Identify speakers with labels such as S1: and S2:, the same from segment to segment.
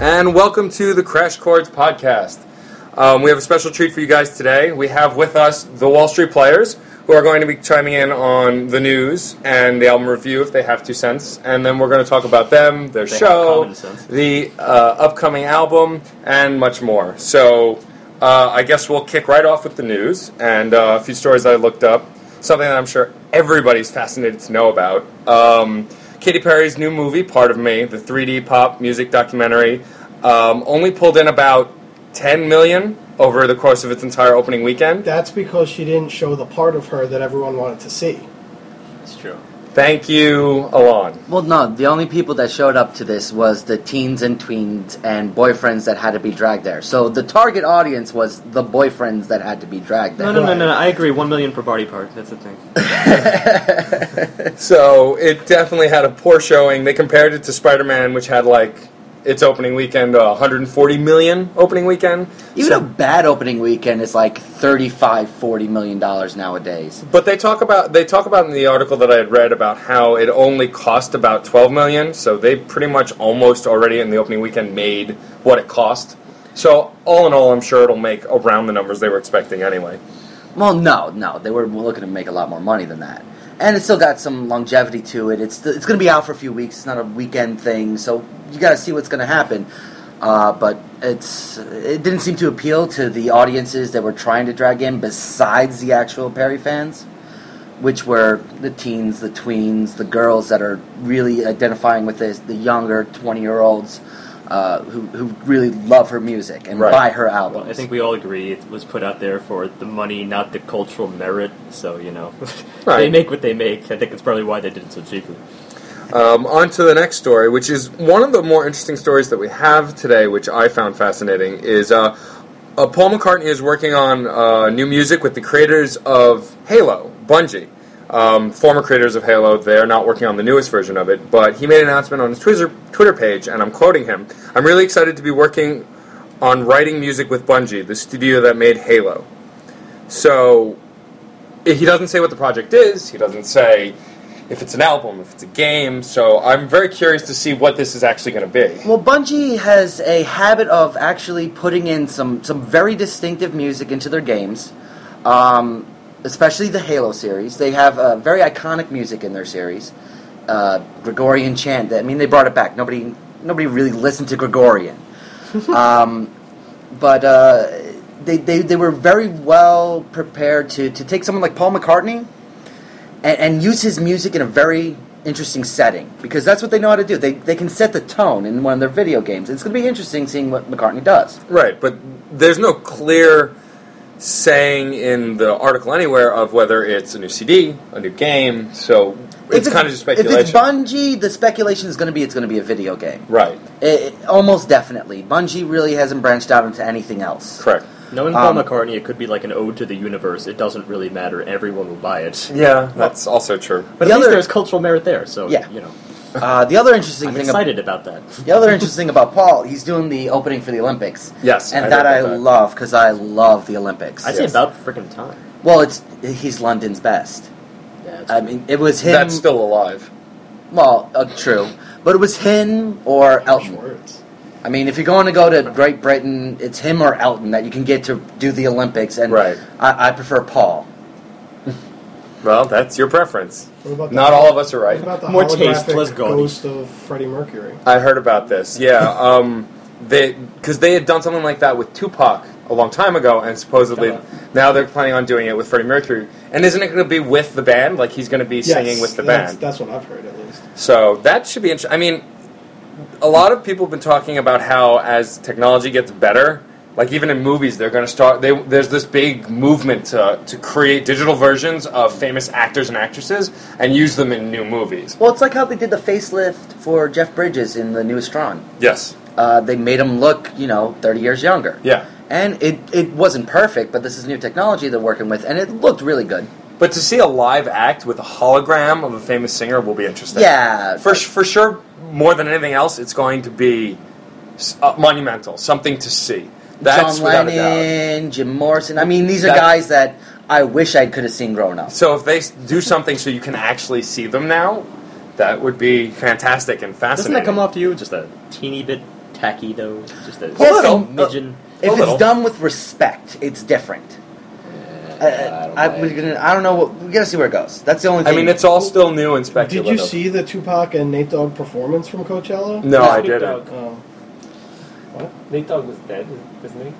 S1: and welcome to the Crash Chords podcast. Um, we have a special treat for you guys today. We have with us the Wall Street Players, who are going to be chiming in on the news and the album review if they have two cents, and then we're going to talk about them, their
S2: They have
S1: show,
S2: common sense.
S1: the uh, upcoming album, and much more. So uh, I guess we'll kick right off with the news and uh, a few stories I looked up. Something that I'm sure everybody's fascinated to know about. Um, Katy Perry's new movie, Part of Me, the 3D pop music documentary, um, only pulled in about 10 million over the course of its entire opening weekend.
S3: That's because she didn't show the part of her that everyone wanted to see.
S2: It's true.
S1: Thank you, Alon.
S4: Well, no, the only people that showed up to this was the teens and tweens and boyfriends that had to be dragged there. So the target audience was the boyfriends that had to be dragged
S2: No,
S4: there.
S2: no, no, no, no. I agree. One million per body part. That's the thing.
S1: So it definitely had a poor showing. They compared it to Spider Man, which had like its opening weekend uh, 140 million opening weekend.
S4: Even
S1: So-
S4: a bad opening weekend is like 35, 40 million dollars nowadays.
S1: But they talk about they talk about in the article that I had read about how it only cost about twelve million, so they pretty much almost already in the opening weekend made what it cost. So all in all, I'm sure it'll make around the numbers they were expecting anyway.
S4: Well, no, no, they were looking to make a lot more money than that. And it's still got some longevity to it. It's it's going to be out for a few weeks. It's not a weekend thing, so you got to see what's going to happen. Uh, but it's it didn't seem to appeal to the audiences that were trying to drag in, besides the actual Perry fans, which were the teens, the tweens, the girls that are really identifying with this, the younger twenty year olds uh, who who really love her music and
S1: Right.
S4: buy her albums.
S2: Well, I think we all agree it was put out there for the money, not the cultural merit. So you know, they
S1: Right.
S2: make what they make. I think that's probably why they did it so cheaply.
S1: Um, on to the next story, which is one of the more interesting stories that we have today, which I found fascinating. Is uh, uh, Paul McCartney is working on uh, new music with the creators of Halo, Bungie, um, former creators of Halo. They're not working on the newest version of it, but he made an announcement on his Twitter, Twitter page, and I'm quoting him: "I'm really excited to be working on writing music with Bungie, the studio that made Halo." So he doesn't say what the project is. He doesn't say if it's an album, if it's a game. So I'm very curious to see what this is actually going to be.
S4: Well, Bungie has a habit of actually putting in some, some very distinctive music into their games, um, especially the Halo series. They have uh, very iconic music in their series. Uh, Gregorian chant. I mean, they brought it back. Nobody nobody really listened to Gregorian, um, but uh, they, they they were very well prepared to to take someone like Paul McCartney and, and use his music in a very interesting setting because that's what they know how to do. They, they can set the tone in one of their video games. It's going to be interesting seeing what McCartney does.
S1: Right, but there's no clear saying in the article anywhere of whether it's a new CD, a new game. So it's, kind of just speculation.
S4: If it's Bungie, the speculation is going to be it's going to be a video game.
S1: right,
S4: It, it- almost definitely. Bungie really hasn't branched out into anything else.
S1: correct.
S2: Knowing Paul
S4: Um,
S2: McCartney, it could be like an ode to the universe. It doesn't really matter. Everyone will buy it.
S1: Yeah, that's also true.
S2: But
S4: The
S2: at least
S4: other-
S2: there's cultural merit there. So
S4: Yeah.
S2: you know,
S4: Uh, the other interesting
S2: I'm
S4: thing.
S2: excited about that.
S4: Ab- the other interesting about Paul, he's doing the opening for the Olympics.
S1: Yes,
S4: and
S1: I
S4: that I
S1: heard about that.
S4: love because I love the Olympics.
S2: I say
S1: Yes.
S2: about freaking time. Uh,
S4: well, it's he's London's best.
S2: Yeah, it's
S4: I mean, it was him.
S1: That's still alive.
S4: Well, uh, true. But it was him or Elton.
S3: Words.
S4: I mean, if you're going to go to Great Britain, it's him or Elton that you can get to do the Olympics. And
S1: Right.
S4: I, I prefer Paul.
S1: Well, that's your preference.
S3: What about
S1: Not all of us are
S3: What
S1: right.
S3: about the
S2: More
S3: holographic
S2: taste, less gaudy.
S3: ghost of Freddie Mercury?
S1: I heard about this. Yeah, um, they because they had done something like that with Tupac a long time ago, and supposedly
S2: Duh.
S1: now they're planning on doing it with Freddie Mercury. And isn't it going to be with the band? Like he's going to be singing with the
S3: that's,
S1: band.
S3: That's what I've heard, at least.
S1: So that should be interesting. I mean, a lot of people have been talking about how as technology gets better, like even in movies, they're going to start. They, there's this big movement to, to create digital versions of famous actors and actresses and use them in new movies.
S4: Well, it's like how they did the facelift for Jeff Bridges in the newest Tron.
S1: Yes.
S4: Uh, they made him look, you know, 30 years younger.
S1: Yeah.
S4: And it, it wasn't perfect, but this is new technology they're working with, and it looked really good.
S1: But to see a live act with a hologram of a famous singer will be interesting.
S4: Yeah.
S1: For, for sure, more than anything else, it's going to be s- uh, monumental, something to see. That's
S4: John
S1: without a doubt.
S4: Lennon, Jim Morrison. I mean, these are
S1: That-
S4: guys that I wish I could have seen growing up.
S1: So if they s- do something so you can actually see them now, that would be fantastic and
S2: Doesn't
S1: fascinating.
S2: that come off to you just a teeny bit tacky though? Just a
S4: Yes, and-
S2: smidgen.
S1: A
S4: If
S1: little.
S4: it's done with respect, it's different. I, Uh, I, I, we're gonna, I don't know. What, we gotta see where it goes. That's the only
S1: I
S4: thing.
S1: mean, it's all still new and
S3: Did
S1: speculative.
S3: you see the Tupac and Nate Dogg performance from Coachella?
S1: No, I
S5: Snoop
S1: didn't.
S5: Dogg.
S3: Oh.
S5: Nate Dogg was dead, isn't he?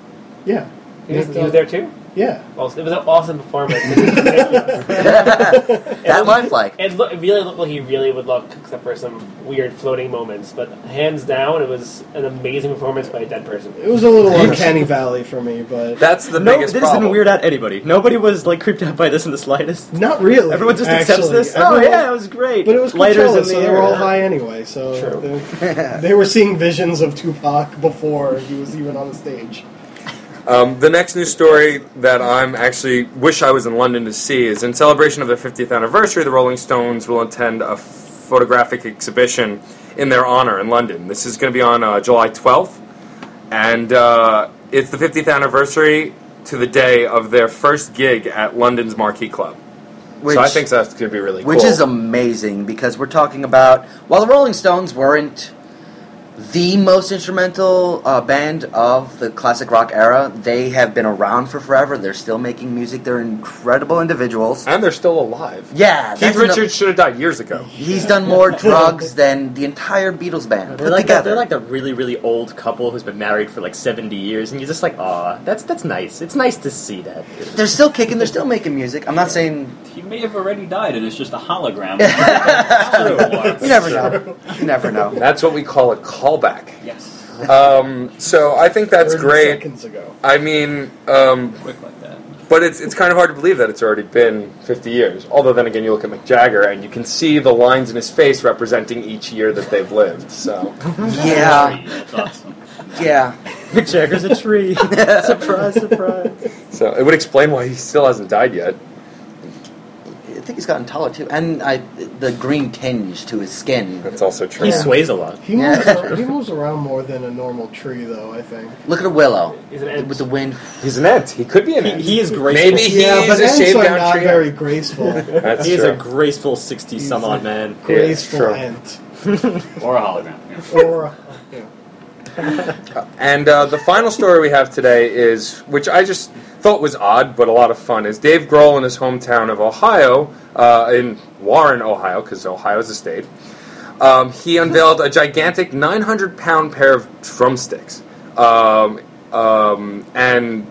S3: yeah.
S5: He was,
S3: Nate
S5: he
S3: Dogg-
S5: was there too.
S3: Yeah.
S5: Also, it was an awesome performance. It was ridiculous.
S4: that lifelike.
S5: and look, it really looked like he really would look, except for some weird floating moments. But hands down, it was an amazing performance by a dead person.
S3: It was a little uncanny valley for me, but
S1: That's the
S2: No, this
S1: biggest problem.
S2: didn't weird out anybody. Nobody was like creeped out by this in the slightest.
S3: not really.
S2: Everyone just accepts
S3: actually.
S2: this. oh
S3: Everyone-
S2: yeah, that was great.
S3: But it was
S2: lighters
S3: Coachella,
S2: in the
S3: so they
S2: air.
S3: were all high anyway. So
S5: True.
S3: they- they were seeing visions of Tupac before he was even on the stage.
S1: Um, the next news story that I'm actually wish I was in London to see is in celebration of their 50th anniversary, the Rolling Stones will attend a photographic exhibition in their honor in London. This is going to be on uh, July 12th, and uh, it's the 50th anniversary to the day of their first gig at London's Marquee Club.
S4: Which,
S1: so I think that's going to be really
S4: which
S1: cool.
S4: is amazing because we're talking about while the Rolling Stones weren't the most instrumental uh, band of the classic rock era, they have been around for forever. They're still making music. They're incredible individuals.
S1: and they're still alive.
S4: Yeah,
S1: Uh, Keith
S4: that's ano-
S1: Richards should have died years ago.
S4: He's done more drugs than the entire Beatles
S2: They're
S4: band put
S2: like, that,
S4: together.
S2: they're like the really, really old couple who's been married for like 70 years, and you're just like, aw, that's that's nice. It's nice to see that.
S4: They're still kicking. They're still making music. I'm not saying
S6: He may have already died, and it's just a hologram. That's
S4: you never know. You never know.
S1: That's what we call a callback.
S6: Yes,
S1: Um, so I think that's
S3: 30
S1: great.
S3: Seconds ago.
S1: I mean, um,
S6: quick like that.
S1: But it's, it's kind of hard to believe that it's already been 50 years. Although then again, you look at Mick Jagger and you can see the lines in his face representing each year that they've lived. So
S4: Yeah,
S6: That's awesome.
S4: yeah.
S2: Mick Jagger's a tree. surprise, surprise.
S1: so it would explain why he still hasn't died yet.
S4: I think he's gotten taller too, and I the green tinge to his skin.
S1: That's also true.
S2: He sways a lot.
S3: He moves,
S4: Yeah.
S3: around, he moves around more than a normal tree, though. I think.
S4: Look at a willow
S5: He's an ant.
S4: with the wind.
S1: He's an ant. He could be an
S2: He,
S1: ant.
S2: he is graceful.
S1: Maybe he
S3: yeah,
S1: is
S3: but
S1: a
S3: ants
S1: shaved
S3: are
S1: down
S3: not
S1: tree.
S3: very graceful.
S1: That's
S2: He is
S1: true.
S2: a graceful 60 some odd man.
S3: graceful
S1: true.
S3: ant.
S6: Or a hologram. yeah.
S3: Or uh, yeah.
S1: And uh, the final story we have today is, which I just thought was odd but a lot of fun, is Dave Grohl in his hometown of Ohio, uh, in Warren, Ohio, because Ohio is a state. Um, he unveiled a gigantic 900 pound pair of drumsticks. Um, um, and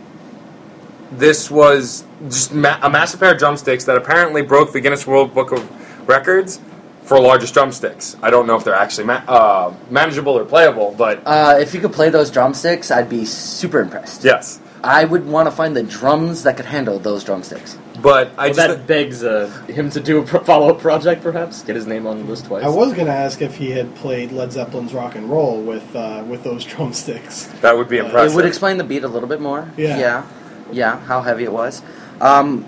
S1: this was just ma- a massive pair of drumsticks that apparently broke the Guinness World Book of Records for largest drumsticks. I don't know if they're actually ma- uh, manageable or playable, but
S4: Uh, if you could play those drumsticks, I'd be super impressed.
S1: yes.
S4: I would want to find the drums that could handle those drumsticks.
S1: But I
S2: Well,
S1: just
S2: that begs uh, him to do a pro- follow-up project, perhaps. Get his name on the list twice.
S3: I was gonna ask if he had played Led Zeppelin's "Rock and Roll" with uh, with those drumsticks.
S1: that would be
S3: It would
S1: impressive.
S4: It would explain the beat a little bit more.
S3: Yeah.
S4: yeah, yeah, how heavy it was. Um,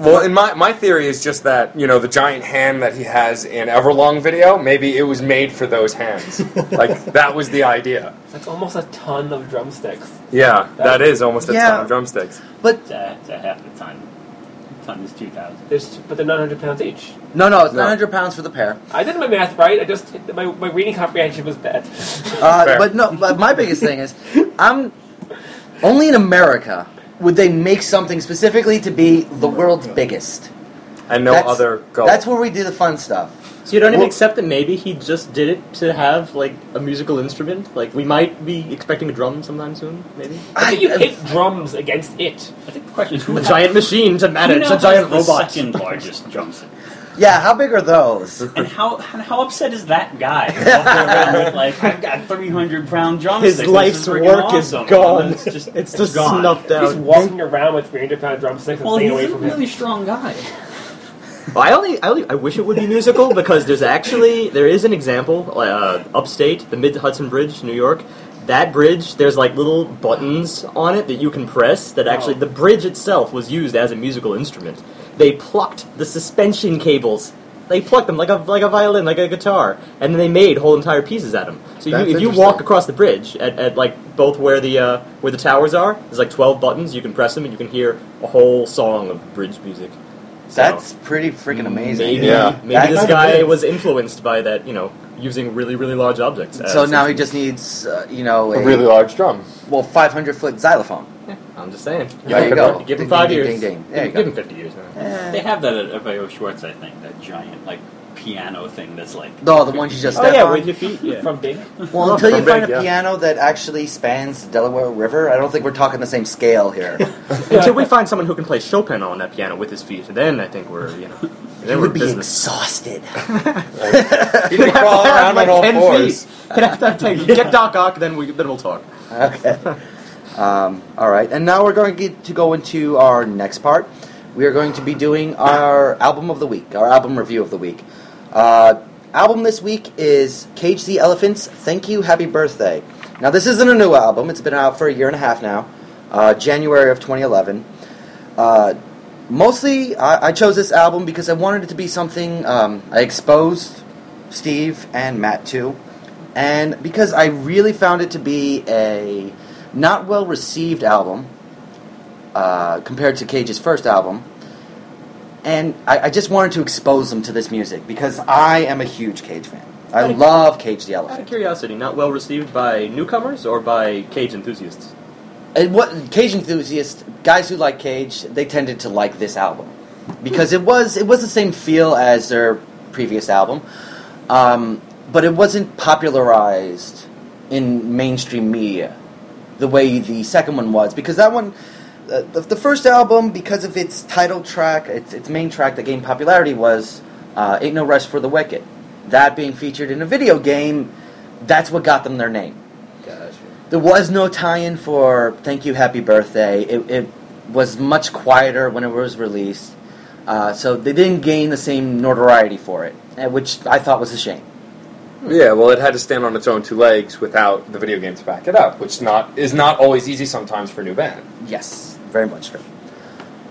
S1: well, and my my theory is just that you know the giant hand that he has in Everlong video, maybe it was made for those hands. like that was the idea.
S5: That's almost a ton of drumsticks.
S1: Yeah, that is almost a ton
S4: Yeah.
S1: of drumsticks.
S4: but
S6: It's a, it's a half a ton. Ton is two thousand.
S5: There's, but they're 900 pounds each.
S4: no, no, it's
S1: No.
S4: 900 pounds for the pair.
S5: I did my math right. I just my, my reading comprehension was bad.
S4: Uh,
S1: Fair.
S4: but no, but my biggest thing is, I'm only in America would they make something specifically to be the world's biggest.
S1: And no
S4: That's-
S1: other goal.
S4: That's where we do the fun stuff.
S2: So you don't even
S4: Well-
S2: accept that maybe he just did it to have like a musical instrument. Like we might be expecting a drum sometime soon, maybe.
S5: I think you hit drums against it.
S6: I think the question is who
S2: A giant machine to
S6: who
S2: manage
S6: now
S2: a
S6: has
S2: giant
S6: the
S2: robot.
S6: second largest drum set.
S4: Yeah, how big are those?
S6: And how and how upset is that guy walking around with like I've got three hundred pound drumsticks.
S2: His life's
S6: This is freaking
S2: work is
S6: awesome.
S2: gone.
S6: And It's just
S2: It's just
S6: gone.
S2: snuffed
S5: He's
S2: out.
S5: walking around with 300 pound drumsticks and
S6: Well,
S5: staying
S6: he's
S5: away
S6: a
S5: from him.
S6: really strong guy.
S2: Well, I only, I only, I wish it would be musical because there's actually there is an example uh, upstate, the Mid Hudson Bridge, New York. That bridge, there's like little buttons on it that you can press. That actually,
S6: Oh.
S2: the bridge itself was used as a musical instrument. They plucked the suspension cables. They plucked them like a like a violin, like a guitar, and then they made whole entire pieces out of them. So you,
S1: That's
S2: if you
S1: interesting.
S2: walk across the bridge at, at like both where the uh, where the towers are, there's like 12 buttons. You can press them, and you can hear a whole song of bridge music. So-
S4: That's pretty freaking amazing.
S2: Maybe,
S1: Yeah.
S2: maybe
S4: That's
S2: this
S3: not
S2: guy
S3: good.
S2: was influenced by that, you know, using really really large objects. as
S4: So now he
S2: instruments.
S4: just needs, uh, you know,
S1: A
S4: a,
S1: really large drum.
S4: well, 500 foot xylophone.
S2: I'm just saying.
S1: Yeah,
S4: there you
S1: could
S4: go.
S1: work.
S2: Give him
S4: Ding,
S2: five
S4: ding,
S2: years.
S4: Ding, ding,
S2: Give
S4: ding. There
S2: him- give
S4: you go.
S2: him fifty years now.
S4: Eh.
S6: They have that at FAO Schwartz, I think, that giant like piano thing that's like.
S4: No, the ones you just
S5: Oh
S4: step
S5: yeah,
S4: on.
S5: with your feet
S6: Yeah.
S5: from big.
S4: Well, until you
S1: From
S4: find
S1: Big, yeah.
S4: a piano that actually spans the Delaware River, I don't think we're talking the same scale here.
S2: Until we find someone who can play Chopin on that piano with his feet, then I think we're you know
S4: It
S2: then we're
S4: would be
S2: business.
S4: exhausted.
S1: You can crawl around on all fours.
S2: He'd have to take, get Doc Ock, then we then we'll talk.
S4: okay. Um, all right, and now we're going to, get to go into our next part. We are going to be doing our album of the week, our album review of the week. Uh, album this week is Cage the Elephant's "Thank You, Happy Birthday." Now, this isn't a new album; it's been out for a year and a half now, uh, January of 2011. Uh, mostly, I, I chose this album because I wanted it to be something um, I exposed Steve and Matt too and because I really found it to be a not well received album uh, compared to Cage's first album, and I, I just wanted to expose them to this music because I am a huge Cage fan. I
S2: Out of-
S4: love Cage the
S2: Out of
S4: Elephant.
S2: curiosity, not well received by newcomers or by cage enthusiasts.
S4: And what Cage enthusiasts, guys who like Cage, they tended to like this album because it was it was the same feel as their previous album, um, but it wasn't popularized in mainstream media the way the second one was because that one. Uh, the, the first album, because of its title track, its, its main track that gained popularity was uh, "Ain't No Rest for the Wicked." That being featured in a video game, that's what got them their name.
S2: Gotcha.
S4: There was no tie-in for "Thank You, Happy Birthday." It, it was much quieter when it was released, uh, so they didn't gain the same notoriety for it, eh, which I thought was a shame.
S1: Yeah, well, it had to stand on its own two legs without the video game to back it up, which not is not always easy sometimes for a new band.
S4: Yes, very much true.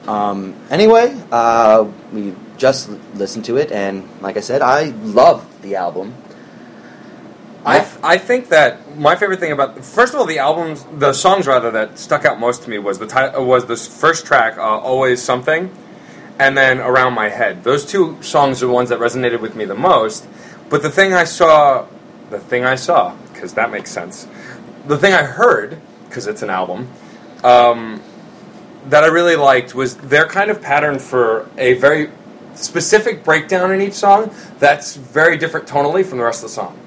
S4: Um, anyway, uh, we just l- listened to it, and like I said, I love the album.
S1: I, I think that my favorite thing about first of all the albums the songs rather that stuck out most to me was the ti- was this first track uh, always something and then around my head those two songs are the ones that resonated with me the most but the thing I saw the thing I saw because that makes sense the thing I heard because it's an album um, that I really liked was their kind of pattern for a very specific breakdown in each song that's very different tonally from the rest of the song.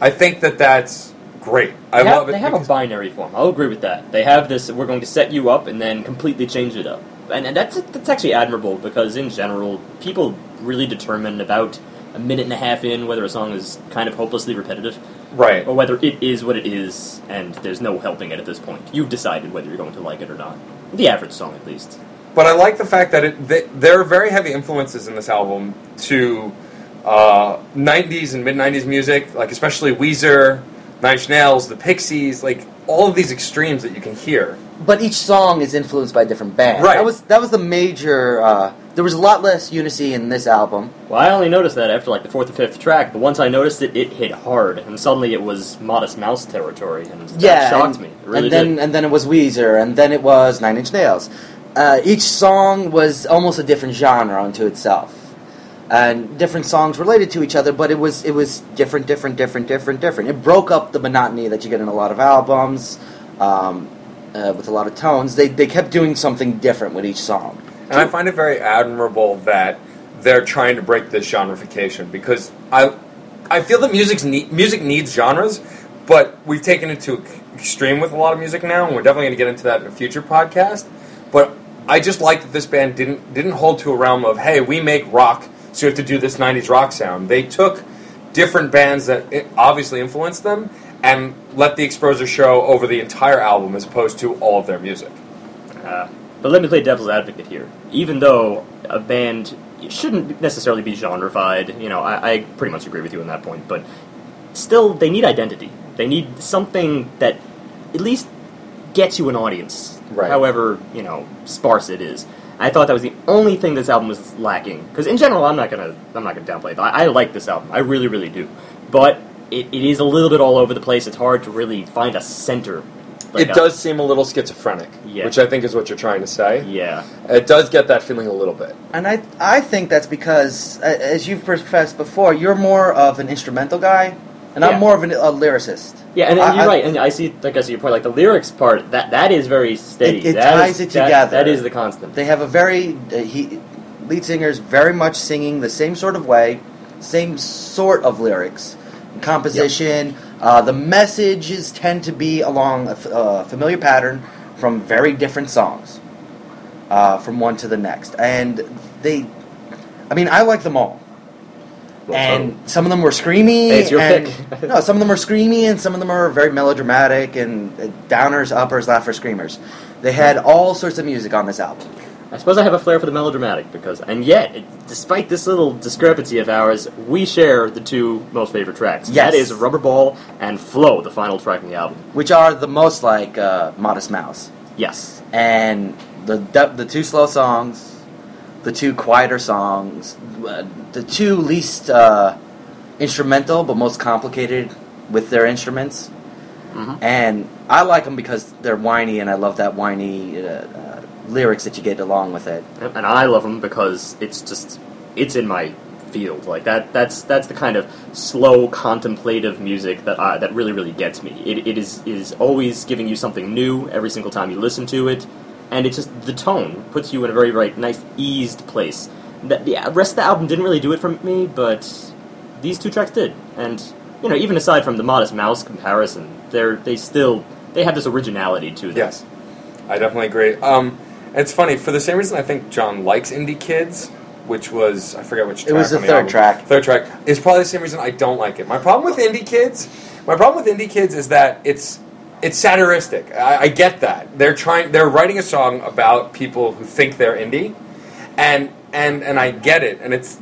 S1: I think that that's great. I
S2: they have,
S1: love it.
S2: They have a
S1: because-
S2: binary form. I'll agree with that. They have this. We're going to set you up and then completely change it up, and, and that's that's actually admirable because in general, people really determine about a minute and a half in whether a song is kind of hopelessly repetitive
S1: right.
S2: or whether it is what it is, and there's no helping it at this point. You've decided whether you're going to like it or not. The average song, at least.
S1: But I like the fact that it, th- there are very heavy influences in this album to uh, 90s and mid 90s music, like especially Weezer, Nine Inch Nails, the Pixies, like all of these extremes that you can hear.
S4: But each song is influenced by a different band.
S1: Right.
S4: That was that was the major. Uh, there was a lot less unity in this album.
S2: Well, I only noticed that after like the fourth or fifth track, but once I noticed it, it hit hard, and suddenly it was Modest Mouse territory, and that
S4: yeah,
S2: shocked
S4: and,
S2: me. It really
S4: and then
S2: did.
S4: and then it was Weezer, and then it was Nine Inch Nails. Uh, each song was almost a different genre unto itself, and different songs related to each other. But it was it was different, different, different, different, different. It broke up the monotony that you get in a lot of albums, um, uh, with a lot of tones. They they kept doing something different with each song.
S1: And I find it very admirable that they're trying to break this genreification because I, I feel that music's ne- music needs genres, but we've taken it to extreme with a lot of music now, and we're definitely going to get into that in a future podcast. But I just like that this band didn't didn't hold to a realm of hey, we make rock, so you have to do this '90s rock sound. They took different bands that i- obviously influenced them and let the exposure show over the entire album as opposed to all of their music.
S2: Uh, but let me play devil's advocate here. Even though a band shouldn't necessarily be genreified, you know, I, I pretty much agree with you on that point, but still, they need identity. They need something that at least gets you an audience,
S1: Right.
S2: however, you know, sparse it is. I thought that was the only thing this album was lacking. Because in general, I'm not gonna, I'm not gonna downplay it. I, I like this album, I really, really do. But it, it is a little bit all over the place. It's hard to really find a center Like
S1: it
S2: a-
S1: does seem a little schizophrenic,
S2: Yeah.
S1: which I think is what you're trying to say.
S2: Yeah.
S1: It does get that feeling a little bit.
S4: And I, I think that's because, a- as you've professed before, you're more of an instrumental guy, and
S2: Yeah.
S4: I'm more of an, a lyricist.
S2: Yeah, and,
S4: I-
S2: and you're
S4: I-
S2: right. And I see, like I see your point. Like the lyrics part, that that is very steady.
S4: It- it
S2: That
S4: ties
S2: is-
S4: it
S2: that-
S4: together.
S2: That is the constant.
S4: They have a very uh, he, lead singer's very much singing the same sort of way, same sort of lyrics, composition. Uh, the messages tend to be along a f- uh, familiar pattern from very different songs, uh, from one to the next, and they. I mean, I like them all. and some of them were screamy.
S2: Hey, it's your
S4: and,
S2: pick.
S4: no, some of them are screamy, and some of them are very melodramatic and uh, downers, uppers, laughers, screamers. They had
S2: Hmm.
S4: all sorts of music on this album.
S2: I suppose I have a flair for the melodramatic because, and yet, it, despite this little discrepancy of ours, we share the two most favorite tracks.
S4: Yes.
S2: That is Rubber Ball and Flow, the final track in the album.
S4: which are the most like uh, Modest Mouse,
S2: Yes.
S4: and the du- the two slow songs, the two quieter songs, uh, the two least uh, instrumental but most complicated with their instruments, Mm-hmm.
S2: Mhm.
S4: and I like them because they're whiny, and I love that whiny uh, uh, lyrics that you get along with it.
S2: and and I love them because it's just it's in my field. Like that that's that's the kind of slow contemplative music that I, that really really gets me. It, it is is always giving you something new every single time you listen to it, and it's just the tone puts you in a very very nice eased place. That the uh, rest of the album didn't really do it for me, but these two tracks did. And you know, even aside from the Modest Mouse comparison, they're they still they have this originality to them.
S1: Yes, I definitely agree. Um, it's funny for the same reason I think John likes Indie Kids, which was I forget which.
S4: It
S1: Track
S4: was the
S1: on
S4: third
S1: album.
S4: track.
S1: Third track is probably the same reason I don't like it. My problem with Indie Kids, my problem with Indie Kids is that it's it's satiristic. I, I get that they're trying they're writing a song about people who think they're indie, and and and I get it, and it's.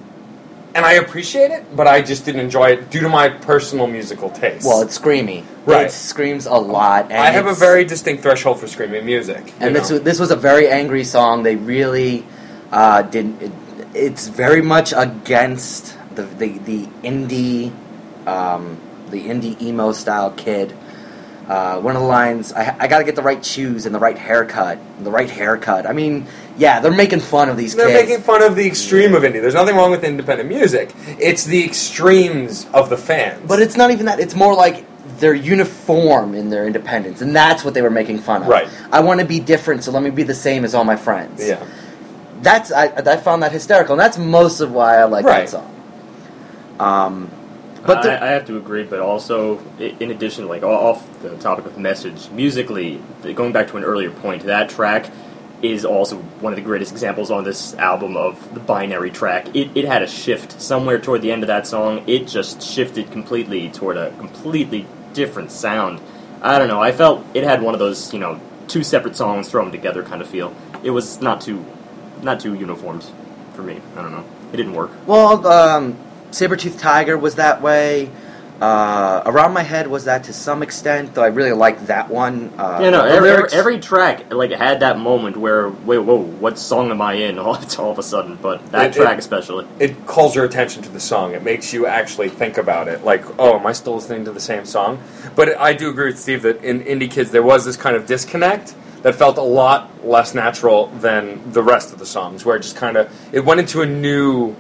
S1: And I appreciate it, but I just didn't enjoy it due to my personal musical taste.
S4: Well, it's screamy.
S1: Right.
S4: It screams a lot. And
S1: I have a
S4: it's-
S1: very distinct threshold for screaming music. you
S4: and this
S1: know.
S4: was, this was a very angry song. They really uh, didn't. It, it's very much against the the, the indie um, the indie emo style kid. Uh, one of the lines, I, I got to get the right shoes and the right haircut, the right haircut. I mean, yeah, they're making fun of these
S1: They're
S4: kids.
S1: making fun of the extreme of indie. There's nothing wrong with independent music. It's the extremes of the fans.
S4: But it's not even that. It's more like they're uniform in their independence, and that's what they were making fun of.
S1: Right.
S4: I want to be different, so let me be the same as all my friends.
S1: yeah,
S4: that's I, I found that hysterical, and that's most of why I like
S1: Right.
S4: that song. Um, but
S2: I,
S4: the-
S2: I have to agree, but also i- in addition, like o- off the topic of message, musically, th- going back to an earlier point, that track is also one of the greatest examples on this album of the binary track. It, it had a shift somewhere toward the end of that song. It just shifted completely toward a completely different sound. I don't know. I felt it had one of those you know two separate songs thrown together kind of feel. It was not too not too uniformed for me. I don't know. It didn't work.
S4: well, um, Sabretooth Tiger was that way. Uh, Around My Head was that to some extent, though I really liked that one. Uh,
S2: Yeah, no.
S4: the
S2: Every, every,
S4: lyrics-
S2: every track like had that moment where, wait, whoa, what song am I in? All, it's all of a sudden, but that
S1: It- it-
S2: track especially.
S1: it calls your attention to the song. It makes you actually think about it. Like, oh, am I still listening to the same song? But I do agree with Steve that in indie kids there was this kind of disconnect that felt a lot less natural than the rest of the songs, where it just kind of it went into a new,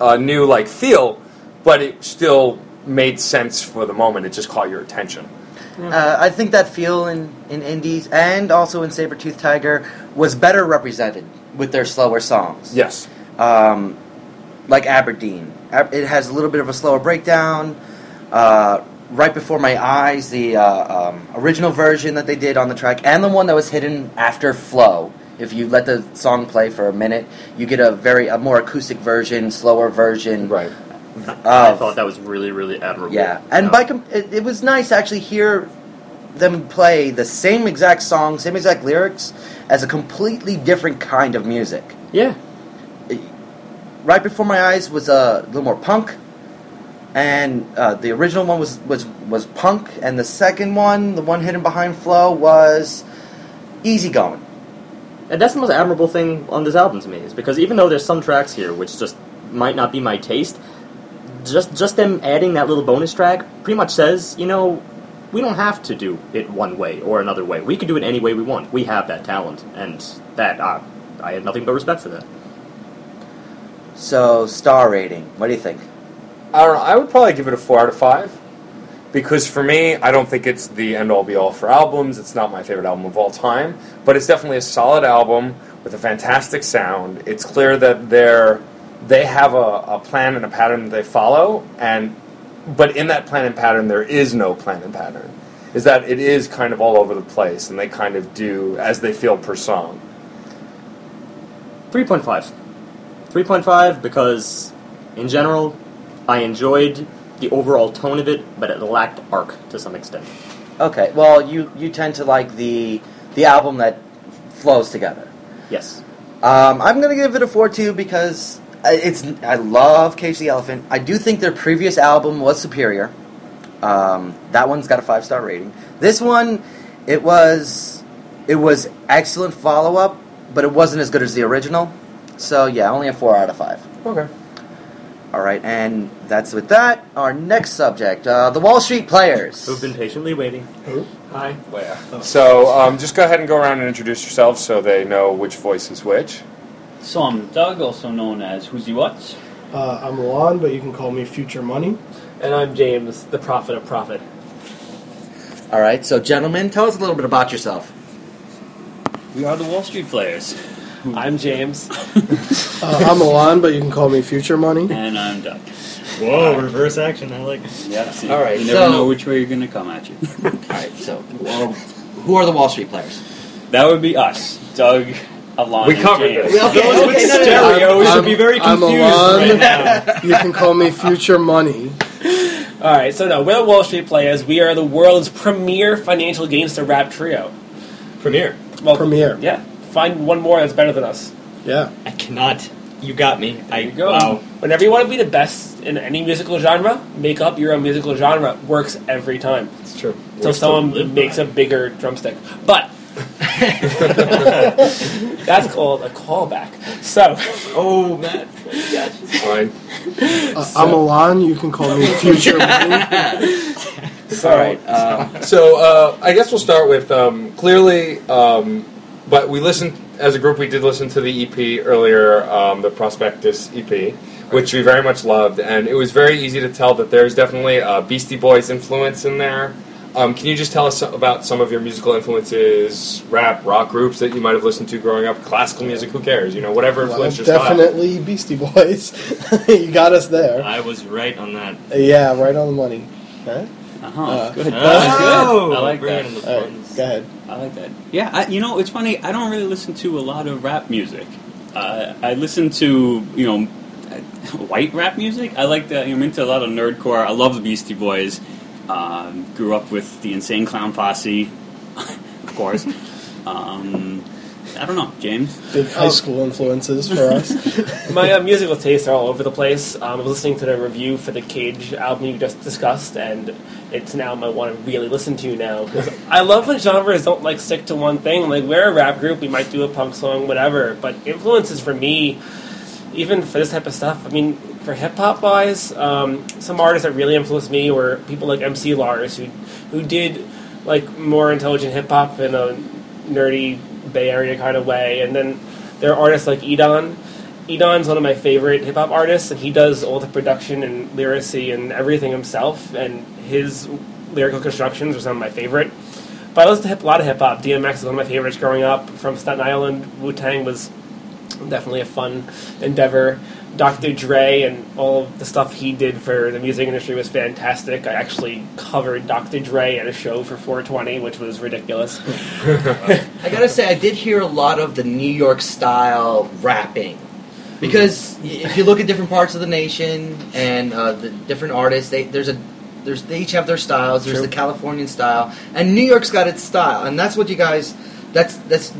S1: a new like feel, but it still made sense for the moment. It just caught your attention.
S4: uh, I think that feel in, in Indies and also in Sabretooth Tiger was better represented with their slower songs.
S1: Yes.
S4: um, like Aberdeen. Ab- It has a little bit of a slower breakdown. Uh, right before my eyes, the uh, um, original version that they did on the track, and the one that was hidden after Flow. If you let the song play for a minute, you get a very a more acoustic version, slower version.
S1: Right.
S2: I
S4: of-
S2: thought that was really, really admirable.
S4: yeah, and
S2: Uh,
S4: by com- it, it was nice to actually hear them play the same exact song, same exact lyrics, as a completely different kind of music.
S2: yeah,
S4: right before my eyes was uh, a little more punk, and uh, the original one was, was was punk, and the second one, the one hidden behind Flow, was easygoing.
S2: and that's the most admirable thing on this album to me is because even though there's some tracks here which just might not be my taste, just just them adding that little bonus track pretty much says you know we don't have to do it one way or another way. We can do it any way we want. We have that talent, and that uh, I have nothing but respect for that.
S4: So star rating. What do you think?
S1: I don't know. I would probably give it a four out of five because for me, I don't think it's the end all be all for albums. It's not my favorite album of all time, but it's definitely a solid album with a fantastic sound. It's clear that they're they have a, a plan and a pattern that they follow, and but in that plan and pattern, there is no plan and pattern. Is that it is kind of all over the place, and they kind of do as they feel per song.
S2: Three point five. Three point five because, in general, I enjoyed the overall tone of it, but it lacked arc to some extent.
S4: Okay. Well, you you tend to like the the album that flows together.
S2: Yes.
S4: Um, I'm gonna give it a four two because I- it's I love Cage the Elephant. I do think their previous album was superior. Um, that one's got a five star rating. This one, it was it was excellent follow up, but it wasn't as good as the original. So yeah, only a four out of five.
S1: Okay.
S4: All right, and that's with that. Our next subject, uh, the Wall Street Players.
S2: Who've been patiently waiting.
S5: Hi.
S1: Well,
S7: Oh.
S1: So um, just go ahead and go around and introduce yourselves so they know which voice is which.
S6: So I'm Doug, also known as Who's He What?
S3: Uh, I'm Lon, but you can call me Future Money.
S5: And I'm James, the prophet of profit.
S4: All right, so gentlemen, tell us a little bit about yourself.
S6: We are the Wall Street Players.
S7: Hmm.
S5: I'm James.
S3: Uh, I'm Lon, but you can call me Future Money.
S6: And I'm Doug.
S7: Whoa, reverse action. I like it.
S6: Yeah, see,
S4: All right,
S6: you never
S4: so-
S6: know which way you're going to come at you.
S4: All right, so well, who are the Wall Street Players?
S6: that would be us, Doug, Alon,
S1: We
S6: and
S1: covered
S6: James.
S1: this.
S6: Those with stereo
S3: I'm-
S6: should be very
S3: I'm
S6: confused
S3: Alon.
S6: right now.
S3: You can call me Future Money.
S5: All right, so no, we're the Wall Street Players. We are the world's premier financial gangster rap trio.
S1: Premiere.
S5: Well,
S3: Premier.
S5: Yeah, find one more that's better than us.
S3: Yeah.
S7: I cannot. You got me. I
S5: There you go.
S7: wow.
S5: Whenever you want to be the best in any musical genre, make up your own musical genre. Works every time.
S7: It's true.
S5: So someone makes a bigger drumstick. But that's called a callback. So
S7: Oh, Matt.
S1: Fine.
S3: Uh, I'm Alon. You can call me Future Money.
S4: All right, um,
S1: So uh, I guess we'll start with um, clearly, um, but we listened as a group. We did listen to the EP earlier, um, the Prospectus EP, which we very much loved, and it was very easy to tell that there's definitely a Beastie Boys influence in there. Um, can you just tell us so- about some of your musical influences, rap, rock groups that you might have listened to growing up, classical music? Who cares? You know, whatever
S3: Well,
S1: influenced your style.
S3: definitely Beastie Boys. you got us there.
S7: I was right on that.
S3: Yeah, right on the money. Huh?
S6: Uh-huh.
S3: Uh,
S6: good.
S7: Oh,
S6: That's
S7: I
S6: good. I like
S7: bringing
S6: that.
S7: in the
S3: All
S7: puns.
S3: right, go ahead.
S6: I like that. Yeah, I, you know, it's funny. I don't really listen to a lot of rap music. Uh, I listen to you know white rap music. I like that. I'm into a lot of nerdcore. I love the Beastie Boys. Um, grew up with the Insane Clown Posse, of course. um, I don't know, James.
S3: Big high school influences for us.
S5: my uh, musical tastes are all over the place. Um, I was listening to the review for the Cage album you just discussed, and it's now my one I really listen to now because I love when genres don't like stick to one thing. Like we're a rap group, we might do a punk song, whatever. But influences for me, even for this type of stuff, I mean, for hip hop wise, um, some artists that really influenced me were people like MC Lars, who who did like more intelligent hip hop in a nerdy Bay Area kind of way, and then there are artists like Edon. Edon's one of my favorite hip hop artists, and he does all the production and lyricy and everything himself, and his lyrical constructions are some of my favorite. But I listen to hip, a lot of hip hop. DMX is one of my favorites growing up. From Staten Island, Wu Tang was definitely a fun endeavor. Dr. Dre and all of the stuff he did for the music industry was fantastic. I actually covered Dr. Dre at a show for 420, which was ridiculous.
S8: I gotta say, I did hear a lot of the New York style rapping. Because y- if you look at different parts of the nation and uh, the different artists, they, there's a there's they each have their styles. There's
S5: True.
S8: the Californian style, and New York's got its style, and that's what you guys. That's that's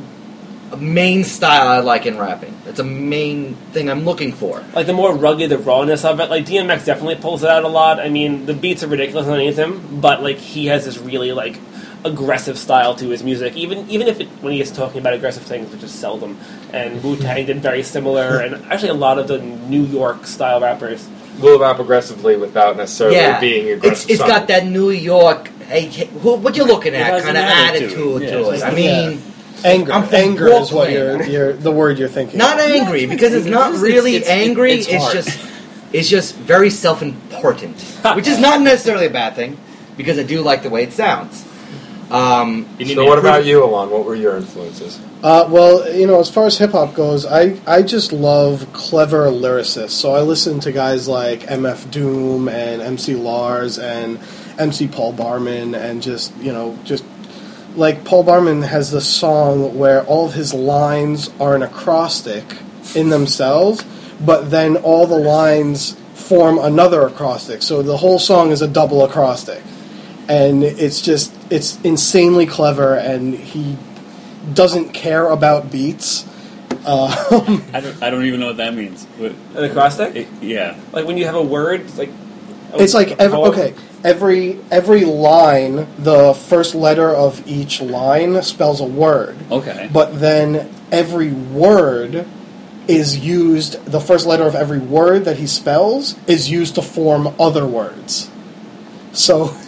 S8: a main style I like in rapping. That's a main thing I'm looking for.
S5: Like the more rugged, the rawness of it. Like DMX definitely pulls it out a lot. I mean, the beats are ridiculous underneath him, but like he has this really like aggressive style to his music. Even even if it, when he is talking about aggressive things, which is seldom. And Wu Tang did very similar, and actually a lot of the New York style rappers.
S1: We'll rap aggressively without necessarily
S8: yeah,
S1: being
S8: it's
S1: aggressive.
S8: it's got that New York hey, hey, who, what you looking
S6: It
S8: at?
S6: has
S8: Kind of
S6: an
S8: attitude,
S6: attitude.
S8: to
S6: Yeah,
S8: it.
S6: it's
S8: I
S3: like-
S8: mean,
S3: Anger.
S8: I'm-
S3: anger is what
S8: Walkman.
S3: you're, you're the word you're thinking.
S8: not
S3: of.
S8: angry because it's
S6: it's-
S8: not
S6: it's-
S8: really
S6: it's- it's
S8: angry. It's,
S6: hard.
S8: just it's just very self-important, which is not necessarily a bad thing because I do like the way it sounds. Um,
S1: So what about you, Alon? What were your influences?
S3: Uh, well, you know, as far as hip hop goes, I, I just love clever lyricists. So I listen to guys like MF Doom and MC Lars and MC Paul Barman and just, you know, just like Paul Barman has this song where all of his lines are an acrostic in themselves, but then all the lines form another acrostic. So the whole song is a double acrostic. And it's just, it's insanely clever and he doesn't care about beats. Um,
S6: I don't, I don't even know what that means. What,
S5: An acrostic?
S6: it, yeah.
S5: like when you have a word, like oh,
S3: it's like
S5: a
S3: every,
S5: poem?
S3: okay, every every line, the first letter of each line spells a word,
S6: Okay.
S3: but then every word is used. The first letter of every word that he spells is used to form other words. So.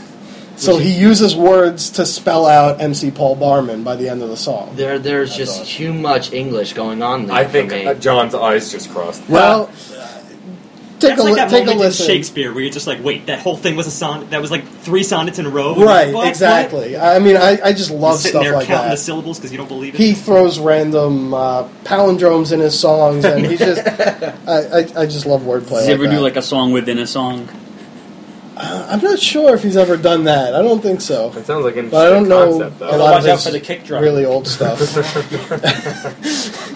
S3: So he uses words to spell out MC Paul Barman by the end of the song.
S8: there there's
S6: That's
S8: just
S6: awesome.
S8: too much English going on there.
S1: I
S8: for
S1: think
S8: me.
S1: uh, John's eyes just crossed.
S3: Well, take
S9: That's
S3: a
S9: like
S3: li-
S9: that
S3: take a
S9: moment in
S3: listen.
S9: Shakespeare where you're just like, wait, that whole thing was a sonnet. That was like three sonnets in a row.
S3: Right,
S9: What? What?
S3: exactly. I mean, I, I just
S9: You're
S3: love
S9: sitting
S3: stuff
S9: there
S3: like
S9: counting the
S3: that.
S9: syllables because you don't believe it.
S3: He throws random uh, palindromes in his songs, and he just I, I, I just love wordplay.
S6: Does he ever
S3: like
S6: do
S3: that.
S6: like a song within a song?
S3: Uh, I'm not sure if he's ever done that. I don't think so.
S1: It sounds like an
S3: But I don't
S1: interesting
S3: know
S1: concept,
S3: a
S5: Gotta
S1: though.
S3: lot of
S5: watch out
S3: his
S5: for the kick drum.
S3: Really old stuff.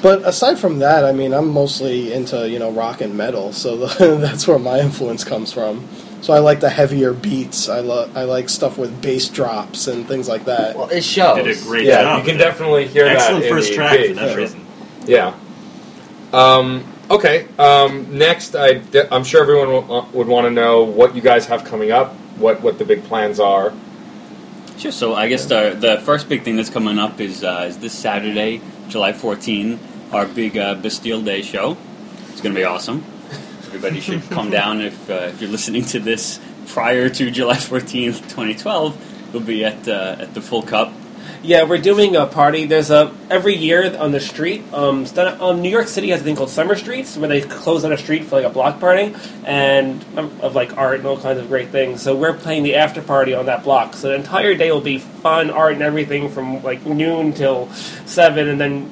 S3: but aside from that, I mean, I'm mostly into you know rock and metal, so the, that's where my influence comes from. So I like the heavier beats. I love I like stuff with bass drops and things like that.
S8: well, it shows.
S9: did a great
S1: Yeah,
S9: job.
S1: you can definitely hear
S9: Excellent
S1: that. in
S9: first
S1: the
S9: track for
S1: gig,
S9: that
S1: sure.
S9: reason.
S1: Yeah. Um, okay. Um, next, I de- I'm sure everyone will, uh, would want to know what you guys have coming up, what what the big plans are.
S6: Sure. So I guess the the first big thing that's coming up is uh, is this Saturday, July 14, our big uh, Bastille Day show. It's going to be awesome. Everybody should come down if uh, if you're listening to this prior to July 14th, 2012. We'll be at uh, at the Full Cup.
S5: Yeah, we're doing a party. There's a every year on the street. Um, Staten- um, New York City has a thing called Summer Streets, where they close down a street for like a block party and um, of like art and all kinds of great things. So we're playing the after party on that block. So the entire day will be fun art and everything from like noon till seven, and then